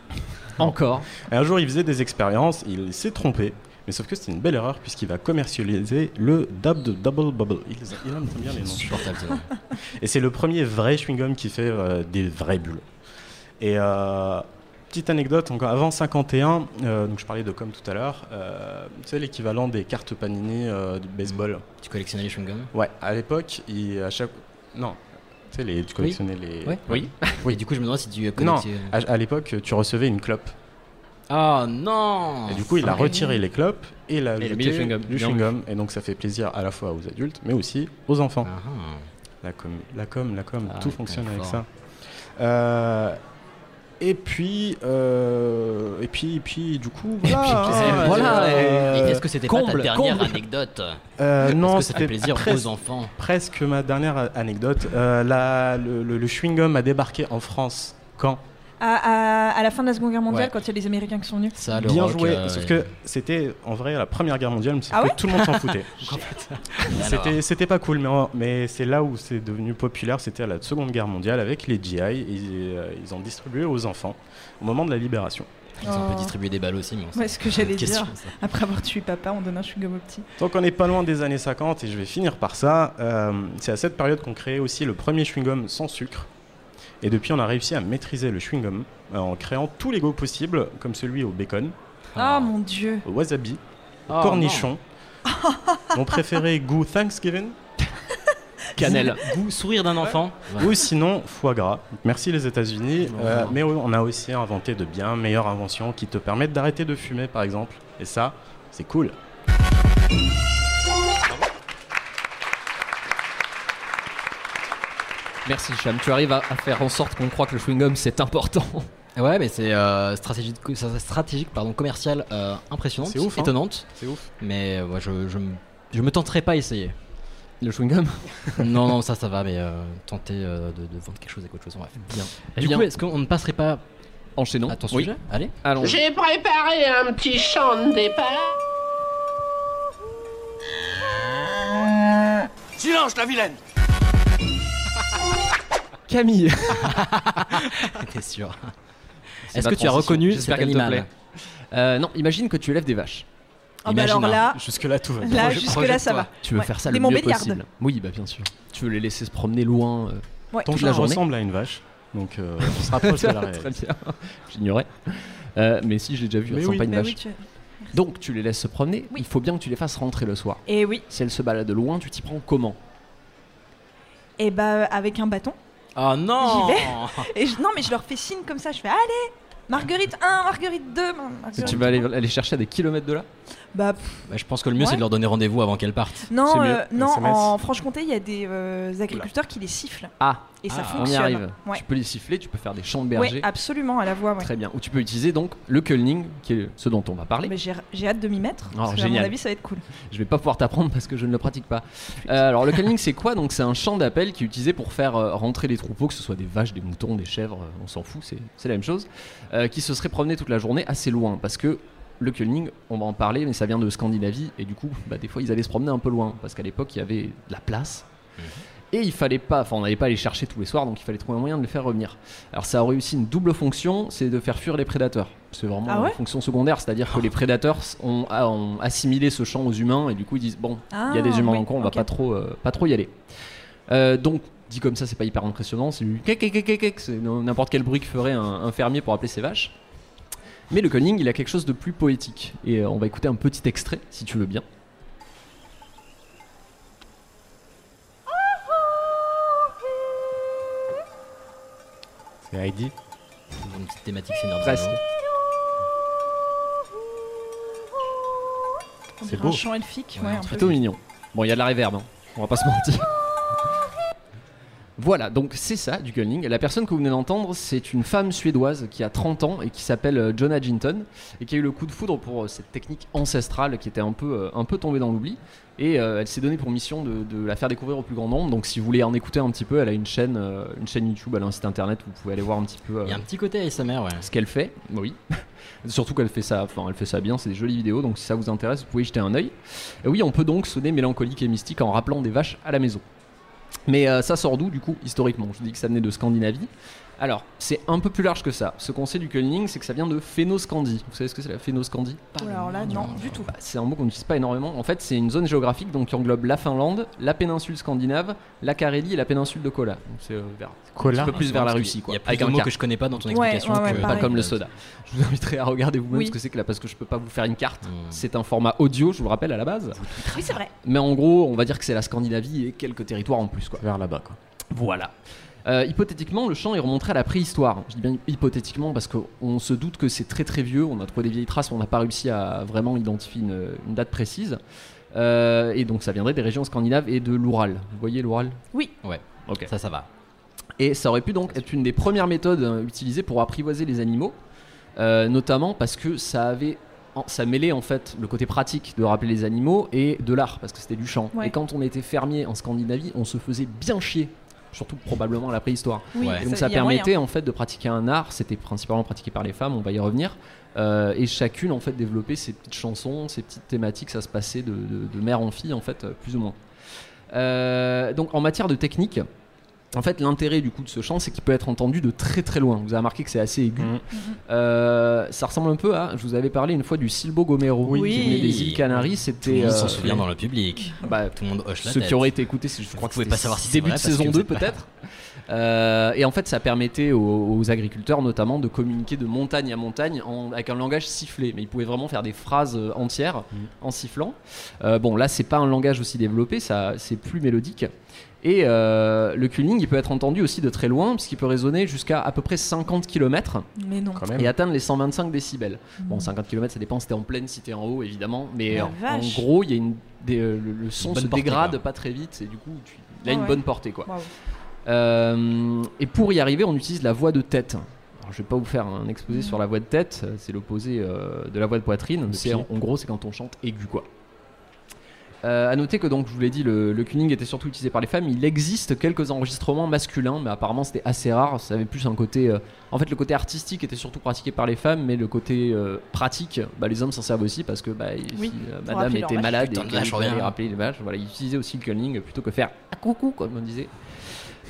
K: Encore.
J: Et un jour, il faisait des expériences, il s'est trompé, mais sauf que c'était une belle erreur puisqu'il va commercialiser le Dab de Double Bubble. Il, il aime bien les noms.
B: Insupportable, c'est vrai.
J: Et c'est le premier vrai chewing-gum qui fait euh, des vraies bulles. Et euh, petite anecdote, encore avant 51, euh, donc je parlais de com tout à l'heure, euh, c'est l'équivalent des cartes Panini euh, du baseball.
B: Tu collectionnais les chewing-gums
J: Ouais, à l'époque, il- à chaque. Non. Tu sais, les- tu collectionnais les.
B: Ouais. euh,
K: Oui.
B: <laughs> Et du coup, je me demande si tu
J: Euh, Non,
B: collectionnais.
J: à, à l'époque, tu recevais une clope.
B: Ah non Ah,
J: et du coup, il a retiré les clopes et il a
K: il a
J: ajouté
K: mis le chewing-gum.
J: du
K: Bien.
J: chewing-gum. Et donc, ça fait plaisir à la fois aux adultes, mais aussi aux enfants.
B: Ah, ah.
J: La com, la com, la com,
B: Ah,
J: tout fonctionne
B: ouais,
J: avec
B: fort.
J: ça. Euh, et puis, euh, et puis, et puis, du coup, voilà. hein,
K: voilà,
J: euh,
B: Ah, Et est-ce que c'était pas ta
K: comble,
B: dernière
K: comble.
B: anecdote
J: euh,
B: Est-ce
J: non,
B: que ça fait
J: c'était
B: plaisir
J: presque-
B: aux enfants
J: presque ma dernière a- anecdote. Euh, la- le, le- le chewing-gum a débarqué en France quand
I: à, à- à la fin de la Seconde Guerre mondiale,
B: Ouais.
I: quand il y a les Américains qui sont venus.
B: Ça, le
J: Bien
B: rock,
J: joué,
B: euh,
J: sauf
B: et-
J: que c'était en vrai la première guerre mondiale, mais sauf
I: Ah
J: que
I: ouais
J: tout le monde
B: <laughs>
J: s'en foutait.
B: Bah Alors,
J: c'était, c'était pas cool, mais, en- mais c'est là où c'est devenu populaire, c'était à la seconde guerre mondiale avec les GI, et, euh, ils en distribuaient aux enfants au moment de la libération.
B: Ils ont un peu distribué des balles aussi. mais on-
I: Ouais, ce que
B: c'est une
I: j'allais
B: autre question,
I: dire.
B: ça.
I: Après avoir tué papa, on donne un chewing-gum au petit.
J: Donc on est pas loin des années 50 et je vais finir par ça. Euh, c'est à cette période qu'on crée aussi le premier chewing-gum sans sucre. Et depuis, on a réussi à maîtriser le chewing-gum euh, en créant tous les goûts possibles, comme celui au bacon,
I: Ah mon dieu.
J: au wasabi, au
I: Oh,
K: <laughs>
J: cornichon. Mon préféré goût Thanksgiving.
B: Cannelle. Goût sourire d'un enfant.
J: Ou sinon foie gras. Merci les États-Unis.
K: Oh.
J: Euh, mais oui, on a aussi inventé de bien meilleures inventions qui te permettent d'arrêter de fumer, par exemple. Et ça, c'est cool.
K: Merci Cham, tu arrives à, à faire en sorte qu'on croit que le chewing-gum c'est important.
B: Ouais, mais c'est euh, stratégique, co- ça- stratégique pardon, commerciale euh, impressionnante,
K: C'est ouf, hein.
B: étonnante.
J: C'est ouf.
B: Mais euh, ouais, je, je, me- je me tenterai pas à
K: <laughs>
B: essayer.
K: <laughs> Le chewing-gum
B: Non, non, ça, ça va, mais euh, tenter euh, de, de vendre quelque chose avec autre chose, bref.
K: Bien.
B: Du
K: Bien.
B: coup, est-ce qu'on ne passerait pas
K: enchaînons
B: à ton
K: Oui.
B: sujet
K: <laughs>
B: Allez.
K: Allons.
M: J'ai préparé un petit chant de départ.
H: Silence, la vilaine
K: Camille
B: T'es sûr
K: C'est
B: Est-ce
K: ma
B: que tu as
K: transition.
B: reconnu
K: J'espère
B: cet
K: qu'elle te
B: animal
K: plaît. Euh, non, imagine que tu élèves des vaches.
I: Ah bah alors là-
J: hein,
K: jusque-là tout
I: va bien. là, jusque-là, ça va.
K: Tu veux
I: Ouais.
K: faire ça
I: Des
K: le mieux
I: Montbéliardes.
K: possible. Oui, bah bien sûr. Tu veux les laisser se promener loin. euh,
I: Ouais.
J: Ton
K: toute
J: chat
K: la journée.
J: ressemble à une vache, donc
K: <laughs>
J: euh, on se rapproche de la
K: Très
J: réalité.
K: bien. J'ignorais. Euh, mais si, j'ai déjà vu,
J: Mais
K: elles sont
J: oui.
K: pas une
I: Bah
J: Mais
K: vache.
J: oui, tu-
K: Donc tu les laisses se promener, il faut bien que tu les fasses rentrer le soir.
I: Et oui.
K: Si elles se baladent loin, tu t'y prends comment
I: Et bah avec un bâton.
B: Oh non
I: J'y vais. Et je- non mais je leur fais signe comme ça, je fais allez Marguerite 1, Marguerite 2, Mar- Marguerite
K: Tu vas aller, aller chercher à des kilomètres de là
I: Bah,
B: <laughs> Bah, je pense que le mieux, c'est
I: Ouais.
B: de leur donner rendez-vous avant qu'elles partent.
I: Non, euh, non en Franche-Comté, il y a des euh, agriculteurs qui les sifflent.
K: Ah,
I: Et ça
K: Ah,
I: fonctionne.
K: On y arrive.
I: Ouais.
K: Tu peux les siffler, tu peux faire des chants de
I: Ouais,
K: berger.
I: absolument, à la voix. ouais.
K: Très bien. Ou tu peux utiliser donc le curling, qui est ce dont on va parler.
I: Mais j'ai j'ai hâte de m'y mettre.
K: Oh,
I: parce que, à mon
K: génial.
I: avis, ça va être cool.
K: Je vais pas pouvoir t'apprendre parce que je ne le pratique pas. Euh, alors le curling c'est quoi Donc c'est un champ d'appel qui est utilisé pour faire euh, rentrer les troupeaux, que ce soit des vaches, des moutons, des chèvres, euh, on s'en fout, c'est c'est la même chose, euh, qui se seraient promenés toute la journée assez loin parce que le curling, on va en parler, mais ça vient de Scandinavie et du coup, bah, des fois ils allaient se promener un peu loin parce qu'à l'époque il y avait de la place. Et il fallait pas, enfin on n'allait pas les chercher tous les soirs, donc il fallait trouver un moyen de les faire revenir. Alors ça a réussi une double fonction, c'est de faire fuir les prédateurs. C'est vraiment
I: Ah ouais
K: une fonction secondaire, c'est-à-dire que les prédateurs s- ont, a- ont assimilé ce champ aux humains et du coup ils disent bon, il y a des
I: Ah,
K: humains
I: oui,
K: en on va
I: ok.
K: pas trop, euh, pas trop y aller. Euh, donc dit comme ça, c'est pas hyper impressionnant, c'est du kek, kek, kek, kek, kek, c'est n- n'importe quel bruit que ferait un, un fermier pour appeler ses vaches. Mais le conning, il a quelque chose de plus poétique et euh, on va écouter un petit extrait si tu veux bien.
J: C'est Heidi.
B: Une petite thématique Seigneur des
K: Presque.
B: Anneaux.
I: On
J: C'est
I: dirait
J: beau.
I: Un chant elfique, ouais, un peu.
K: plutôt mignon. Bon, il y a de la réverb, hein. on va pas se mentir. Voilà, donc c'est ça du curling. La personne que vous venez d'entendre, c'est une femme suédoise qui a 30 ans et qui s'appelle euh, Jonna Ginton et qui a eu le coup de foudre pour euh, cette technique ancestrale qui était un peu, euh, un peu tombée dans l'oubli. Et euh, elle s'est donnée pour mission de, de la faire découvrir au plus grand nombre. Donc si vous voulez en écouter un petit peu, elle a une chaîne, euh, une chaîne YouTube, elle a un site internet où vous pouvez aller voir un petit peu. euh,
B: Il y a un petit côté ASMR, ouais.
K: ce qu'elle fait, oui. <laughs> Surtout qu'elle fait ça, enfin elle fait ça bien, c'est des jolies vidéos, donc si ça vous intéresse, vous pouvez y jeter un œil. Et oui, on peut donc sonner mélancolique et mystique en rappelant des vaches à la maison. Mais euh, ça sort d'où du coup, historiquement Je vous dis que ça venait de Scandinavie. Alors, c'est un peu plus large que ça. Ce qu'on sait du curling, c'est que ça vient de Phénoscandie. Vous savez ce que c'est la Phénoscandie
I: Oh, alors là, non, du tout.
K: bah, c'est un mot qu'on n'utilise pas énormément. En fait, c'est une zone géographique donc, qui englobe la Finlande, la péninsule scandinave, la Carélie et la péninsule de Kola. Donc, c'est euh, vers-
J: Kola
K: un
B: Ah,
K: petit peu plus vers la Russie. Quoi,
B: Il y a plus
K: avec
B: de
K: un
B: mots
K: K.
B: que je connais pas dans ton
I: Ouais,
B: explication.
I: ouais, ouais,
B: que-
K: Pas
I: pareil.
K: comme le soda. Je vous inviterai à regarder vous-même
I: Oui.
K: ce que c'est que là, parce que je peux pas vous faire une carte.
B: Hmm.
K: C'est un format audio, je vous le rappelle, à la base.
I: Oui, c'est vrai.
K: Mais en gros, on va dire que c'est la Scandinavie et quelques territoires en plus. Quoi.
J: Vers là-bas, quoi.
K: Voilà. Euh, hypothétiquement, le champ est remonté à la préhistoire. Je dis bien hypothétiquement parce qu'on se doute que c'est très très vieux. On a trouvé des vieilles traces, mais on n'a pas réussi à vraiment identifier une, une date précise. Euh, et donc ça viendrait des régions scandinaves et de l'Oural. Vous voyez l'Oural
I: Oui.
B: Ouais,
K: Ok.
B: ça, ça va.
K: Et ça aurait pu donc être une des premières méthodes euh, utilisées pour apprivoiser les animaux, euh, notamment parce que ça avait en- ça mêlait en fait le côté pratique de rappeler les animaux et de l'art parce que c'était du chant.
I: Ouais.
K: Et quand on était fermier en Scandinavie, on se faisait bien chier, surtout probablement à la préhistoire.
I: Oui,
K: Et donc
I: ça-
K: ça
I: y a moyen.
K: permettait en fait de pratiquer un art. C'était principalement pratiqué par les femmes. On va y revenir. Euh, et chacune en fait développait ses petites chansons, ses petites thématiques. Ça se passait de, de- de mère en fille en fait, euh, plus ou moins. Euh, donc en matière de technique, En fait, l'intérêt du coup de ce chant, c'est qu'il peut être entendu de très très loin. Vous avez remarqué que c'est assez aigu.
B: Mmh.
K: Euh, ça ressemble un peu à, je vous avais parlé une fois du Silbo Gomero,
B: Oui.
K: qui venait des îles Canaries. C'était.
B: Tout le monde
K: euh,
B: s'en souvient dans le public.
K: Bah,
B: Tout le monde hoche la
K: ceux
B: tête.
K: qui auraient été écoutés, c'est- je
B: Vous
K: crois que
B: pouvez
K: c'était
B: pas savoir si c'est
K: début
B: vrai
K: de
B: parce que
K: saison
B: vous êtes
K: 2
B: pas-
K: peut-être. Euh, et en fait, ça permettait aux, aux agriculteurs notamment de communiquer de montagne à montagne en- avec un langage sifflé. Mais ils pouvaient vraiment faire des phrases euh, entières en sifflant. Euh, bon, là, c'est pas un langage aussi développé, ça, c'est plus mélodique. Et euh, le culling, il peut être entendu aussi de très loin, puisqu'il peut résonner jusqu'à à peu près 50 km
I: Mais non.
K: et atteindre les 125 décibels. Bon,
B: Hmm.
I: Mm.
K: 50 km, ça dépend si t'es en plaine, si t'es en haut, évidemment. Mais
I: La
K: en, en
I: vache.
K: gros, il y a une, des- euh, le, le son
B: Bonne
K: se
B: portée,
K: dégrade
B: quoi.
K: pas très vite, et du coup, tu, il a
B: Ah
K: une
B: ouais.
K: bonne portée, quoi.
B: Bravo.
K: Euh, et pour y arriver, on utilise la voix de tête. Alors, je vais pas vous faire un exposé
B: Mm.
K: sur la voix de tête, euh, c'est l'opposé euh, de la voix de poitrine. C'est en,
B: pied.
K: en gros, c'est quand on chante aigu, quoi. Euh, à noter que donc je vous l'ai dit, le, le tuning était surtout utilisé par les femmes. Il existe quelques enregistrements masculins, mais apparemment c'était assez rare. Ça avait plus un côté, euh, en fait, le côté artistique était surtout pratiqué par les femmes, mais le côté euh, pratique, bah, les hommes s'en servent aussi parce que bah, ils-
B: Oui,
K: si, euh,
B: pour
K: Madame
B: rappeler
K: était
B: leur vache.
K: malade
B: Putain de
K: et
B: vache,
K: qu'elle
B: reviens.
K: fallait rappeler les vaches. Voilà, ils utilisaient aussi le tuning plutôt que faire ah, coucou comme on disait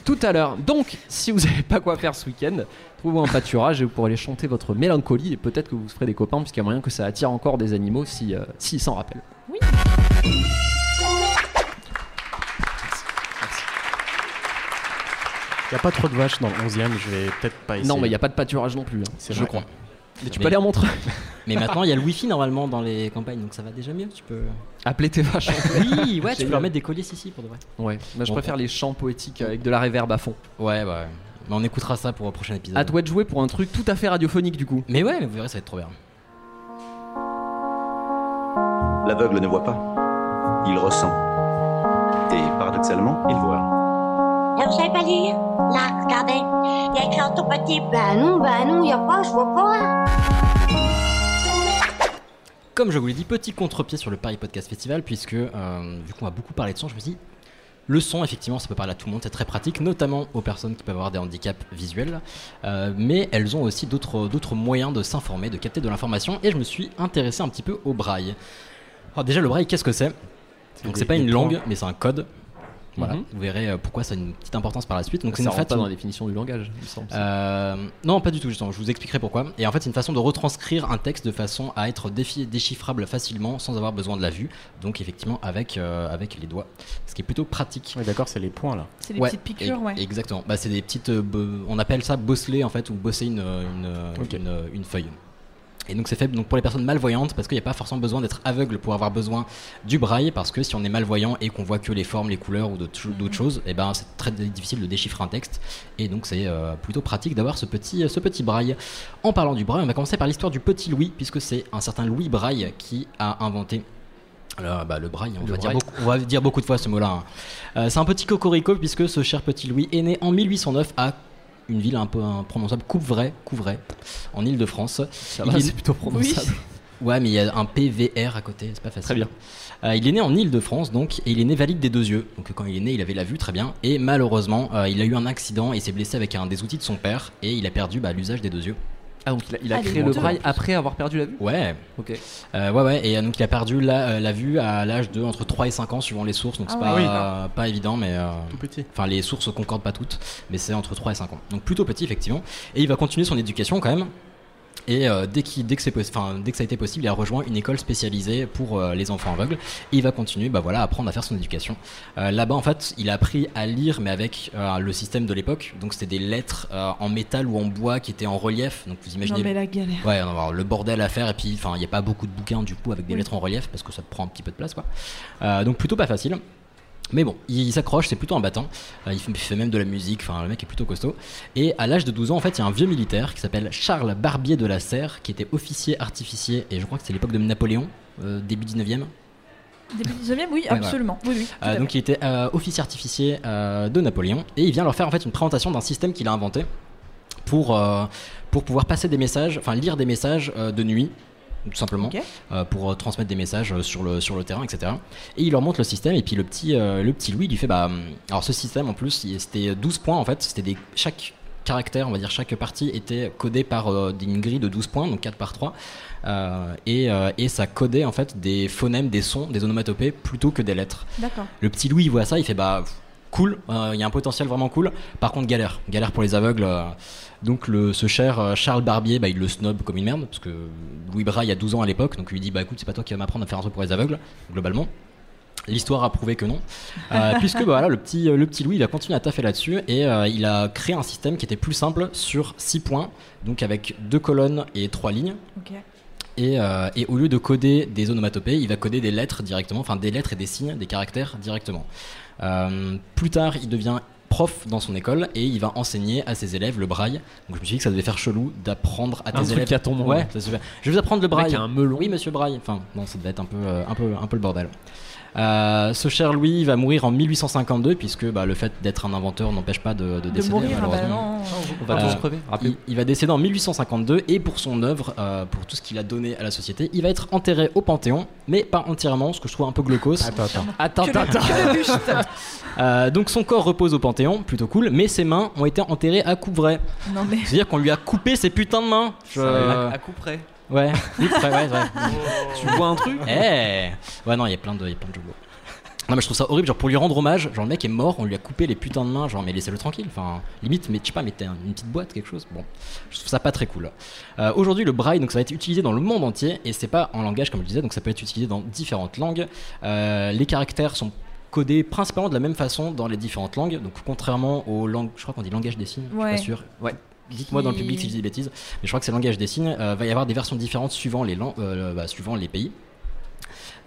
K: tout à l'heure. Donc, si vous n'avez pas quoi faire ce week-end, trouvez-vous un pâturage et vous pourrez aller chanter votre mélancolie et peut-être que vous vous ferez des copains puisqu'il y a moyen que ça attire encore des animaux si euh, s'ils s'en rappellent.
J: Il n'y a pas trop de vaches dans le 11 e je vais peut-être pas essayer.
K: Non, mais il n'y a pas de pâturage non plus, hein,
J: C'est
K: je
J: vrai.
K: crois. Mais tu
J: Mais-
K: peux aller en <laughs> montrer.
B: Mais <laughs> maintenant, il y a le wifi normalement dans les campagnes, donc ça va déjà mieux. Tu peux.
K: Appeler tes vaches.
B: Oui, ouais, tu peux
K: Génial.
B: leur mettre des colliers ici pour de vrai.
K: Ouais, bah, je
B: Bon,
K: préfère
B: bon.
K: les chants poétiques avec de la réverb à fond.
B: Ouais, bah, ouais. Mais on écoutera ça pour un prochain épisode.
K: Hâte ouais de jouer pour un truc tout à fait radiophonique du coup.
B: Mais ouais, mais vous verrez, ça va être trop bien.
N: L'aveugle ne voit pas, il ressent. Et paradoxalement, il voit.
O: Ne sais pas lire, là, regardez, il y a écrit en tout petit. Bah non, bah non, il y a pas, je vois pas. hein.
B: Comme je vous l'ai dit, petit contre-pied sur le Paris Podcast Festival, puisque euh, vu qu'on a beaucoup parlé de son, je me suis dit, le son, effectivement, ça peut parler à tout le monde, c'est très pratique, notamment aux personnes qui peuvent avoir des handicaps visuels, euh, mais elles ont aussi d'autres d'autres moyens de s'informer, de capter de l'information, et je me suis intéressé un petit peu au braille. Alors déjà, le braille, qu'est-ce que c'est Donc
K: des-
B: c'est pas
K: des
B: une langue,
K: points.
B: mais c'est un code. Voilà,
K: Mhm.
B: vous verrez euh, pourquoi ça a une petite importance par la suite. Donc
K: Ça
B: c'est une
K: rentre
B: façon-
K: pas dans la définition du langage, il me semble.
B: euh, non, pas du tout, justement. Je vous expliquerai pourquoi. Et en fait, c'est une façon de retranscrire un texte de façon à être défi- déchiffrable facilement sans avoir besoin de la vue. Donc, effectivement, avec, euh, avec les doigts. Ce qui est plutôt pratique.
J: d'accord, c'est les points là.
I: C'est les petites piqûres, ouais.
B: Exactement. Bah, c'est des petites. euh, bo- on appelle ça bosseler en fait, ou bosser une, une-
J: Ok.
B: une- une feuille. Et donc c'est faible donc pour les personnes malvoyantes parce qu'il n'y a pas forcément besoin d'être aveugle pour avoir besoin du braille parce que si on est malvoyant et qu'on voit que les formes, les couleurs ou d'autres cho- d'autres
I: Mm.
B: choses, et ben c'est très difficile de déchiffrer un texte et donc c'est euh, plutôt pratique d'avoir ce petit ce petit braille. En parlant du braille, on va commencer par l'histoire du petit Louis puisque c'est un certain Louis Braille qui a inventé alors, bah, le braille, on,
K: Le
B: va dire
K: braille.
B: beaucoup, on va dire beaucoup de fois ce mot-là. hein. Euh, c'est un petit cocorico puisque ce cher petit Louis est né en 1809 à une ville un peu imprononçable, Couvray, Couvray, en Île-de-France.
K: va,
B: Il est-
K: c'est plutôt prononçable.
B: Ouais, mais il y a un PVR à côté, c'est pas facile.
K: Très bien.
B: Euh, il est né en Île-de-France, donc, et il est né valide des deux yeux. Donc, quand il est né, il avait la vue, très bien. Et malheureusement, euh, il a eu un accident et s'est blessé avec un des outils de son père, et il a perdu bah, l'usage des deux yeux.
K: <laughs> Ah, donc il a, il a créé le braille après avoir perdu la vue
B: Ouais.
K: Ok.
B: Euh, ouais, ouais, et euh, donc il a perdu la, euh, la vue à l'âge de entre 3 et 5 ans, suivant les sources, donc
K: Ah
B: c'est
K: ouais.
B: pas,
K: Oui,
B: euh, pas évident, mais. euh,
J: petit.
B: Enfin, les sources concordent pas toutes, mais c'est entre 3 et 5 ans. Donc plutôt petit, effectivement. Et il va continuer son éducation quand même. Et euh, dès, qu'il- dès que c'est possi- enfin, dès que ça a été possible, il a rejoint une école spécialisée pour euh, les enfants aveugles. Et il va continuer bah, voilà, à apprendre à faire son éducation. Euh, Là-bas, en fait, il a appris à lire, mais avec euh, le système de l'époque. Donc, c'était des lettres euh, en métal ou en bois qui étaient en relief. Donc, vous imaginez.
I: mais la galère.
B: Ouais, non, alors, le bordel à faire. Et puis, enfin, il n'y a pas beaucoup de bouquins, du coup, avec des
I: Oui.
B: lettres en relief, parce que ça te prend un petit peu de place. Quoi. Euh, donc, plutôt pas facile. Mais bon, il s'accroche, c'est plutôt un battant. Euh, il, fait, il fait même de la musique, enfin le mec est plutôt costaud. Et à l'âge de 12 ans, en fait, il y a un vieux militaire qui s'appelle Charles Barbier de la Serre, qui était officier artificier, et je crois que c'est l'époque de Napoléon, euh, début 19e.
I: Début 19 oui,
B: Ouais,
I: absolument. Oui, oui, tout
B: Euh,
I: à
B: donc
I: fait.
B: il était euh, officier artificier euh, de Napoléon et il vient leur faire en fait une présentation d'un système qu'il a inventé pour, euh, pour pouvoir passer des messages, enfin lire des messages euh, de nuit tout simplement euh, pour euh, transmettre des messages euh, sur le, sur le terrain etc et il leur montre le système et puis le petit, euh, le petit Louis il lui fait bah hum, alors ce système en plus il- c'était 12 points en fait c'était des chaque caractère on va dire chaque partie était codée par euh, une grille de 12 points donc 4 par 3 euh, et, euh, et ça codait en fait des phonèmes des sons des onomatopées plutôt que des lettres
I: D'accord.
B: le petit Louis il voit ça, il fait bah pff, cool. euh, Il y a un potentiel vraiment cool. Par contre, galère. Galère pour les aveugles. euh. Donc, le, ce cher euh, Charles Barbier, bah, il le snob comme une merde. Parce que Louis Braille a 12 ans à l'époque. Donc, il lui dit Bah écoute, c'est pas toi qui vas m'apprendre à faire un truc pour les aveugles, globalement. L'histoire a prouvé que non, Euh, puisque bah, voilà, le, petit, le petit Louis il a continué à taffer là-dessus et euh, il a créé un système qui était plus simple sur 6 points, donc avec deux colonnes et trois lignes.
I: Ok.
B: Et, euh, et au lieu de coder des onomatopées, il va coder des lettres directement, enfin des lettres et des signes, des caractères directement. Euh, plus tard, il devient prof dans son école et il va enseigner à ses élèves le braille. Donc je me suis dit que ça devait faire chelou d'apprendre à
K: Un
B: tes
K: truc
B: élèves.
K: qui a ton nom.
B: Ouais, ça se fait. Je vais vous apprendre le
K: Le mec hein.
B: braille.
K: a un melon.
B: Oui, monsieur braille. Enfin, non, ça devait être un peu, euh, un peu, un peu le bordel. Euh, ce cher Louis va mourir en 1852 puisque bah, le fait d'être un inventeur n'empêche pas de, de décéder
K: mourir, ah bah
B: malheureusement.
K: non. On va tous crever, rappelez-vous.
B: il, il va décéder en 1852 et pour son œuvre, euh, pour tout ce qu'il a donné à la société, il va être enterré au Panthéon, mais pas entièrement, ce que je trouve un peu glaucos. Attends, <laughs> attends,
K: Que le- que le buste.
B: Euh, donc son corps repose au Panthéon, plutôt cool, mais ses mains ont été enterrées à coup vrai.
I: Non, mais-
B: C'est-à-dire qu'on lui a coupé ses putains de mains. Je-
K: À, à coup près.
B: Ouais, oui, ouais, ouais. ouais.
K: Tu vois un truc
B: Eh Ouais, non, il y a plein de, il y a plein de jeux de mots. Non, mais je trouve ça horrible. Genre, pour lui rendre hommage, genre, le mec est mort, on lui a coupé les putains de mains. Genre, mais laissez-le tranquille. Enfin, limite, mais je sais pas, mettez un- une petite boîte, quelque chose. Bon, je trouve ça pas très cool. Euh, Aujourd'hui, le braille, donc, ça va être utilisé dans le monde entier et c'est pas en langage, comme je disais, donc ça peut être utilisé dans différentes langues. Euh, les caractères sont codés principalement de la même façon dans les différentes langues. Donc, contrairement aux langues, je crois qu'on dit langage des signes, je
K: Ouais.
B: suis pas sûr. Ouais. Dites-moi dans le
K: Qui-
B: public si je dis des bêtises, mais je crois que c'est le langage des signes. Euh, va y avoir des versions différentes suivant les, lang- euh, bah, suivant les pays.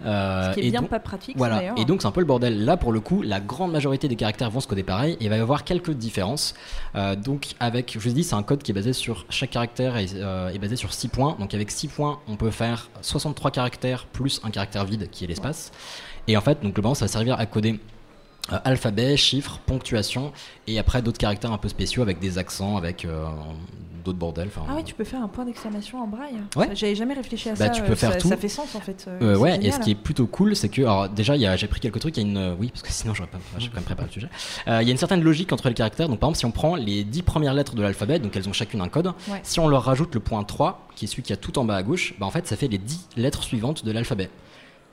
B: Euh,
I: Ce qui est
B: et
I: bien
B: donc-
I: pas pratique, ça,
B: Voilà.
I: d'ailleurs.
B: Et donc c'est un peu le bordel. Là pour le coup, la grande majorité des caractères vont se coder pareil. Et il va y avoir quelques différences. Euh, donc avec, je vous dis, c'est un code qui est basé sur chaque caractère et euh, est basé sur 6 points. Donc avec 6 points, on peut faire 63 caractères plus un caractère vide qui est l'espace. Et en fait, donc globalement, ça va servir à coder. euh, alphabet, chiffres, ponctuation et après d'autres caractères un peu spéciaux avec des accents, avec euh, d'autres bordels. enfin,
I: Ah oui, tu peux faire un point d'exclamation en braille.
B: Ouais.
I: Ça, J'avais jamais réfléchi à
B: Bah,
I: ça.
B: tu
I: euh,
B: peux faire
I: ça,
B: tout.
I: ça fait sens en fait. euh,
B: Euh,
I: c'est
B: ouais, et
I: génial.
B: ce qui est plutôt cool, c'est que alors, déjà, il y a- j'ai pris quelques trucs. Il y a une, euh, oui, parce que sinon j'aurais pas, j'ai quand même préparé le sujet. Euh, il y a une certaine logique entre les caractères. Donc, par exemple, si on prend les 10 premières lettres de l'alphabet, donc elles ont chacune un code,
K: Ouais.
B: si on leur rajoute le point 3, qui est celui qui a tout en bas à gauche, bah, en fait, ça fait les 10 lettres suivantes de l'alphabet.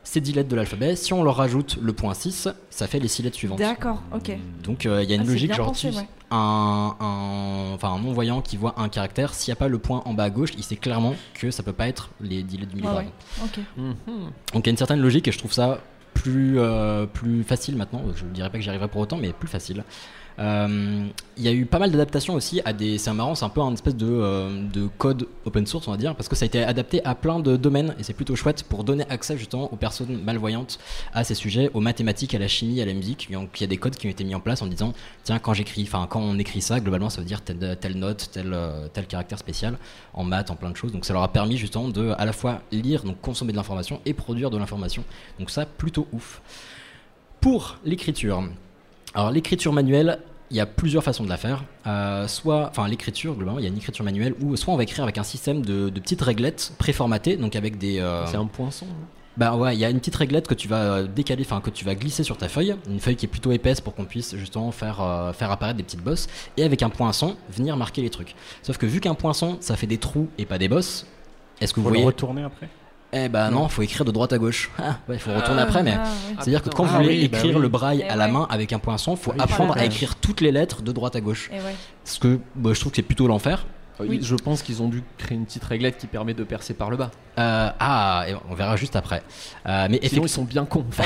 B: Ces 10 lettres de l'alphabet, si on leur rajoute le point 6, ça fait les 6 lettres suivantes.
I: D'accord, ok.
B: Donc euh, il y a une
I: Ah, c'est
B: logique
I: bien
B: genre
I: pensé,
B: tu-
I: ouais.
B: un, un- enfin, un non-voyant qui voit un caractère, s'il n'y a pas le point en bas à gauche, il sait clairement que ça peut pas être les 10 lettres du
I: Ouais,
B: milligramme.
I: ouais. Ok.
K: Mhm.
B: Donc il y a une certaine logique et je trouve ça plus, euh, plus facile maintenant. Je ne dirais pas que j'y arriverai pour autant, mais plus facile. Euh, Il y a eu pas mal d'adaptations aussi à des. C'est marrant, c'est un peu un espèce de, euh, de code open source, on va dire, parce que ça a été adapté à plein de domaines et c'est plutôt chouette pour donner accès justement aux personnes malvoyantes à ces sujets, aux mathématiques, à la chimie, à la musique. Donc il y a des codes qui ont été mis en place en disant tiens, quand j'écris, enfin, quand on écrit ça, globalement, ça veut dire telle, telle note, tel, euh, tel caractère spécial en maths, en plein de choses. Donc ça leur a permis justement de à la fois lire, donc consommer de l'information et produire de l'information. Donc ça, plutôt ouf. Pour l'écriture, alors l'écriture manuelle, il y a plusieurs façons de la faire. Euh, soit, enfin l'écriture globalement, il y a une écriture manuelle où soit on va écrire avec un système de, de petites réglettes préformatées, donc avec des. euh,
K: C'est un poinçon. hein. non
B: bah ouais, il y a une petite réglette que tu vas euh, décaler, enfin que tu vas glisser sur ta feuille, une feuille qui est plutôt épaisse pour qu'on puisse justement faire, euh, faire apparaître des petites bosses, et avec un poinçon, venir marquer les trucs. Sauf que vu qu'un poinçon, ça fait des trous et pas des bosses, est-ce que vous
J: Faut le
B: voyez...
J: retourner après
B: Eh bah non, faut écrire de droite à gauche. Ah, ouais, faut retourner
J: Ah,
B: après, mais
J: ah, oui.
B: c'est-à-dire que
J: Ah,
B: quand vous
J: putain.
B: voulez
J: Ah oui, bah
B: écrire
J: oui. Ah
B: le braille
J: Eh
B: à la
J: ouais.
B: main avec un poinçon, faut
K: oui,
B: apprendre
K: quand
B: à
K: même.
B: écrire toutes les lettres de droite à gauche.
K: Eh ouais.
B: Ce que bah, je trouve que c'est plutôt l'enfer.
K: Euh, ils- Je pense qu'ils ont dû créer une petite réglette qui permet de percer par le bas.
B: Euh, ah, et on verra juste après. Euh, mais
K: Sinon, ils
B: effectivement-
K: sont bien cons. enfin.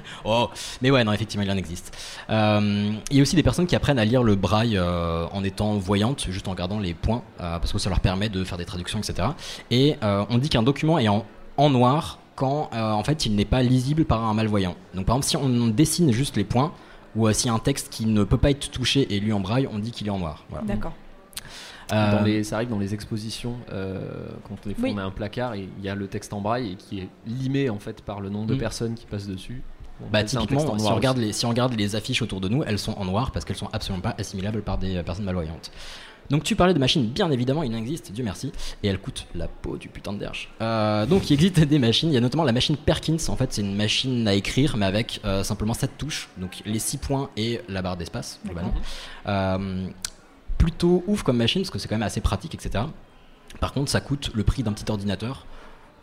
K: <laughs>
B: oh, mais ouais, non, effectivement, il en existe. Euh, Il y a aussi des personnes qui apprennent à lire le braille euh, en étant voyantes, juste en regardant les points, euh, parce que ça leur permet de faire des traductions, etc. Et euh, on dit qu'un document est en, en noir quand, euh, en fait, il n'est pas lisible par un malvoyant. Donc, par exemple, si on dessine juste les points, ou euh, s'il y a un texte qui ne peut pas être touché et lu en braille, on dit qu'il est en noir. Voilà.
I: D'accord.
B: Euh,
K: Dans les, ça arrive dans les expositions, euh, quand des fois
I: Oui.
K: on a un placard et il y a le texte en braille et qui est limé en fait par le nombre de
B: Mm.
K: personnes qui passent dessus. On
B: Bah,
K: appelle ça un
B: typiquement,
K: texte en
B: si
K: noir
B: on, regarde
K: aussi.
B: les, si on regarde les affiches autour de nous, elles sont en noir parce qu'elles sont absolument pas assimilables par des euh, personnes malvoyantes. Donc tu parlais de machines, bien évidemment, il en existe, Dieu merci, et elles coûtent la peau du putain de derche. Euh, donc il existe des machines, il y a notamment la machine Perkins, en fait c'est une machine à écrire mais avec euh, simplement 7 touches, donc les 6 points et la barre d'espace, globalement. Euh, plutôt ouf comme machine parce que c'est quand même assez pratique, etc. Par contre ça coûte le prix d'un petit ordinateur.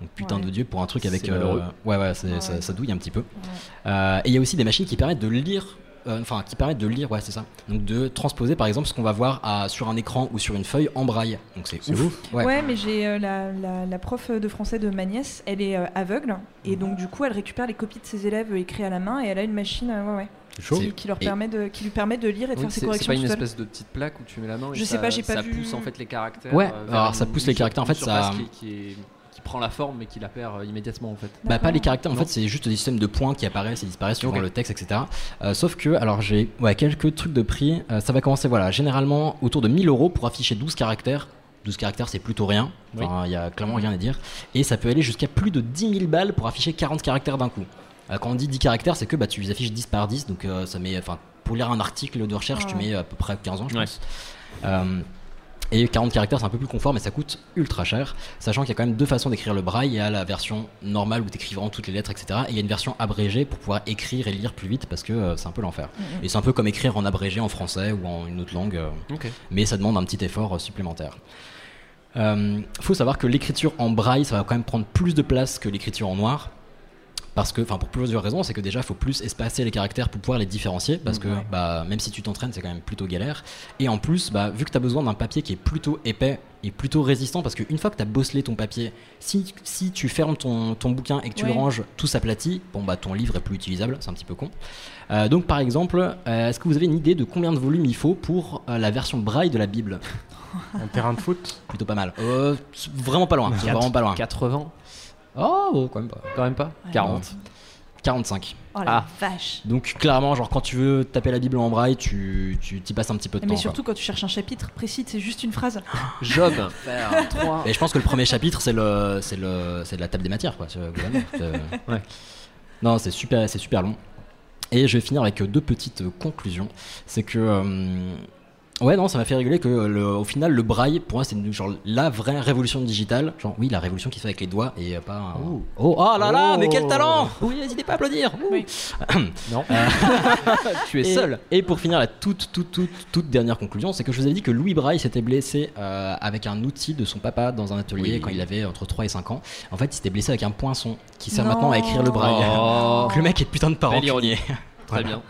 B: Donc putain
K: Ouais.
B: de dieu pour un truc avec... euh,
K: C'est malheureux.
B: ouais ouais, c'est-
K: Ouais.
B: Ça, ça douille un petit peu. Euh, et il y a aussi des machines qui permettent de lire euh, enfin qui permettent de lire, ouais, c'est ça. Donc de transposer par exemple ce qu'on va voir à- sur un écran ou sur une feuille en braille. Donc c'est ouf.
I: Ouais, mais j'ai euh, la, la- la prof de français de ma nièce, elle est euh, aveugle et donc du coup elle récupère les copies de ses élèves euh, écrits à la main et elle a une machine euh, ouais, ouais,
B: C'est chaud.
I: Qui, qui leur
K: Et-
I: permet de, qui lui permet de lire et de
K: Oui,
I: faire ses
K: c'est- C'est
I: corrections
K: pas une
I: tout seul.
K: espèce de petite plaque où tu mets la main. et
I: Je sais
K: ça-
I: pas, j'ai pas
K: ça
I: vu.
K: pousse en fait les caractères.
B: Ouais,
K: euh, vers
B: alors ça
K: une-
B: pousse les
K: une
B: caractères, en fait,
K: surface
B: ça-
K: Qui, qui est- qui prend la forme mais qui la perd euh, immédiatement en fait.
B: Bah, pas les caractères, en
K: Non.
B: fait, c'est juste des systèmes de points qui apparaissent et disparaissent suivant
K: Ok.
B: le texte, etc. Euh, sauf que, alors j'ai ouais, quelques trucs de prix. Euh, ça va commencer, voilà, généralement autour de 1000 euros pour afficher 12 caractères. 12 caractères, c'est plutôt rien. Enfin, Il y a clairement rien à dire. Et ça peut aller jusqu'à plus de 10 000 balles pour afficher 40 caractères d'un coup. Euh, quand on dit 10 caractères, c'est que bah, tu les affiches 10 par 10, donc euh, ça met. Enfin, pour lire un article de recherche, tu
K: Ouais.
B: mets à peu près 15 ans, je pense. Euh, et 40 caractères, c'est un peu plus confort, mais ça coûte ultra cher. Sachant qu'il y a quand même deux façons d'écrire le braille. Il y a la version normale où t'écris vraiment toutes les lettres, etc. Et il y a une version abrégée pour pouvoir écrire et lire plus vite parce que euh, c'est un peu l'enfer.
K: Mhm.
B: Et c'est un peu comme écrire en abrégé en français ou en une autre langue. euh,
K: Ok.
B: Mais ça demande un petit effort euh, supplémentaire. Euh, faut savoir que l'écriture en braille, ça va quand même prendre plus de place que l'écriture en noir. Parce que, enfin, pour plusieurs raisons, c'est que déjà, il faut plus espacer les caractères pour pouvoir les différencier. Parce que, bah, même si tu t'entraînes, c'est quand même plutôt galère. Et en plus, bah, vu que tu as besoin d'un papier qui est plutôt épais et plutôt résistant, parce qu'une fois que tu as bosselé ton papier, si, si tu fermes ton, ton bouquin et que tu le
K: Ouais.
B: ranges tout s'aplatit, bon, bah, ton livre est plus utilisable. C'est un petit peu con. Euh, donc, par exemple, euh, est-ce que vous avez une idée de combien de volumes il faut pour euh, la version braille de la Bible
J: Un terrain de foot
B: Plutôt pas mal. Euh, c'est vraiment pas loin. c'est
K: Quatre-
B: Vraiment pas loin.
K: 80.
B: Oh, oh, quand même pas.
K: Quand même pas.
B: 40. 45.
I: Oh la vache.
B: Donc clairement, genre quand tu veux taper la Bible en braille, tu tu t'y passes un petit peu de
I: Mais
B: temps.
I: surtout quand tu cherches un chapitre précis, c'est juste une phrase.
B: quoi. Job.
K: Faire trois.
B: Et je pense que le premier chapitre, c'est le c'est le c'est de la table des matières quoi. c'est- globalement. <laughs> C'est- Non, c'est super c'est super long. Et je vais finir avec deux petites conclusions. C'est que euh, Ouais non ça m'a fait rigoler que le- au final le braille pour moi c'est une- genre la vraie révolution digitale genre oui la révolution qui se fait avec les doigts et euh, pas un- oh oh là là mais quel talent Oui, n'hésitez pas à applaudir.
K: Non.
B: <laughs> tu
K: es seul.
B: Et pour finir, la toute, toute, toute, toute dernière conclusion, c'est que je vous avais dit que Louis Braille s'était blessé euh, avec un outil de son papa dans un atelier
K: Oui.
B: quand il avait entre 3 et 5 ans. En fait, il s'était blessé avec un poinçon qui sert
K: Non.
B: maintenant à écrire le braille.
K: Oh.
B: Donc le mec est putain de parent.
K: Belle ironie. Très bien.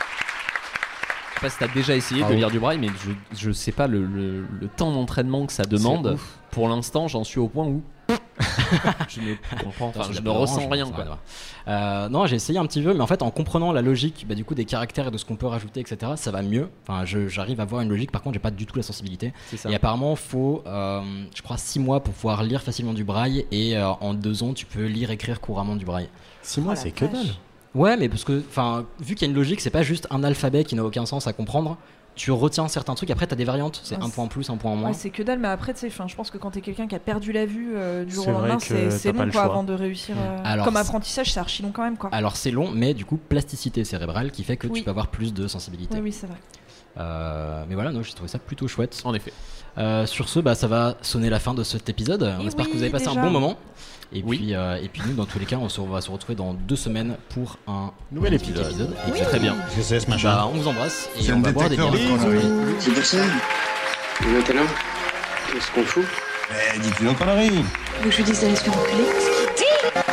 K: Je sais pas si t'as déjà essayé de
B: Bravo.
K: lire du braille, mais je, je sais pas le, le- le temps d'entraînement que ça demande.
B: ouf.
K: Pour l'instant, j'en suis au point où je ne comprends, enfin, je ne ressens rien. Quoi.
B: Euh, non, j'ai essayé un petit peu, mais en fait, en comprenant la logique bah, du coup des caractères et de ce qu'on peut rajouter, etc., ça va mieux. Enfin, je- j'arrive à voir une logique. Par contre, j'ai pas du tout la sensibilité. Et apparemment, faut, euh, je crois, 6 mois pour pouvoir lire facilement du braille, et euh, en 2 ans, tu peux lire écrire couramment du braille.
J: 6
K: Oh,
J: mois, c'est que dalle.
B: Ouais, mais parce que, enfin, vu qu'il y a une logique, c'est pas juste un alphabet qui n'a aucun sens à comprendre. Tu retiens certains trucs. Après, t'as des variantes. C'est
I: Ouais,
B: un
I: c'est-
B: point en plus, un point en moins.
I: Ouais, c'est que dalle, mais après, tu sais, enfin, je pense que quand t'es quelqu'un qui a perdu la vue euh, du jour
B: C'est
I: au
B: vrai
I: lendemain,
B: que
I: c'est c'est
B: t'as pas
I: long
B: le
I: quoi,
B: choix. Mm.
I: avant de réussir. euh,
B: Alors,
I: comme
B: c'est- Ah,
I: apprentissage, c'est archi long quand même quoi.
B: Alors c'est long, mais du coup plasticité cérébrale qui fait que
I: Oui. Ah
B: tu peux avoir plus de sensibilité.
I: Oui, oui, c'est vrai.
B: Euh, mais voilà, non, j'ai trouvé ça plutôt chouette.
K: En effet.
B: sur ce, bah, ça va sonner la fin de cet épisode. On
K: Eh
B: espère que
K: oui,
B: vous avez passé
K: déjà.
B: un bon moment. Et puis, euh, et puis nous, dans tous les cas, on se- on va se retrouver dans deux semaines pour un
C: Nouvel
B: petit
C: épisode. Oui.
B: Et puis,
C: Très bien. Je sais, ce machin.
B: Bah, on vous embrasse et
C: C'est
B: on
C: un
B: va boire des bières.
C: détecteur de conneries.
F: C'est pour ça. Et maintenant, qu'est-ce qu'on fout
D: Eh, dis-tu nos conneries
G: Vous que je lui dise d'aller se faire enculer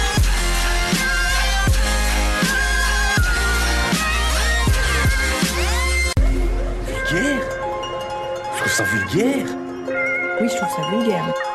P: Vulgaire Je trouve ça vulgaire.
G: Oui, je trouve ça vulgaire.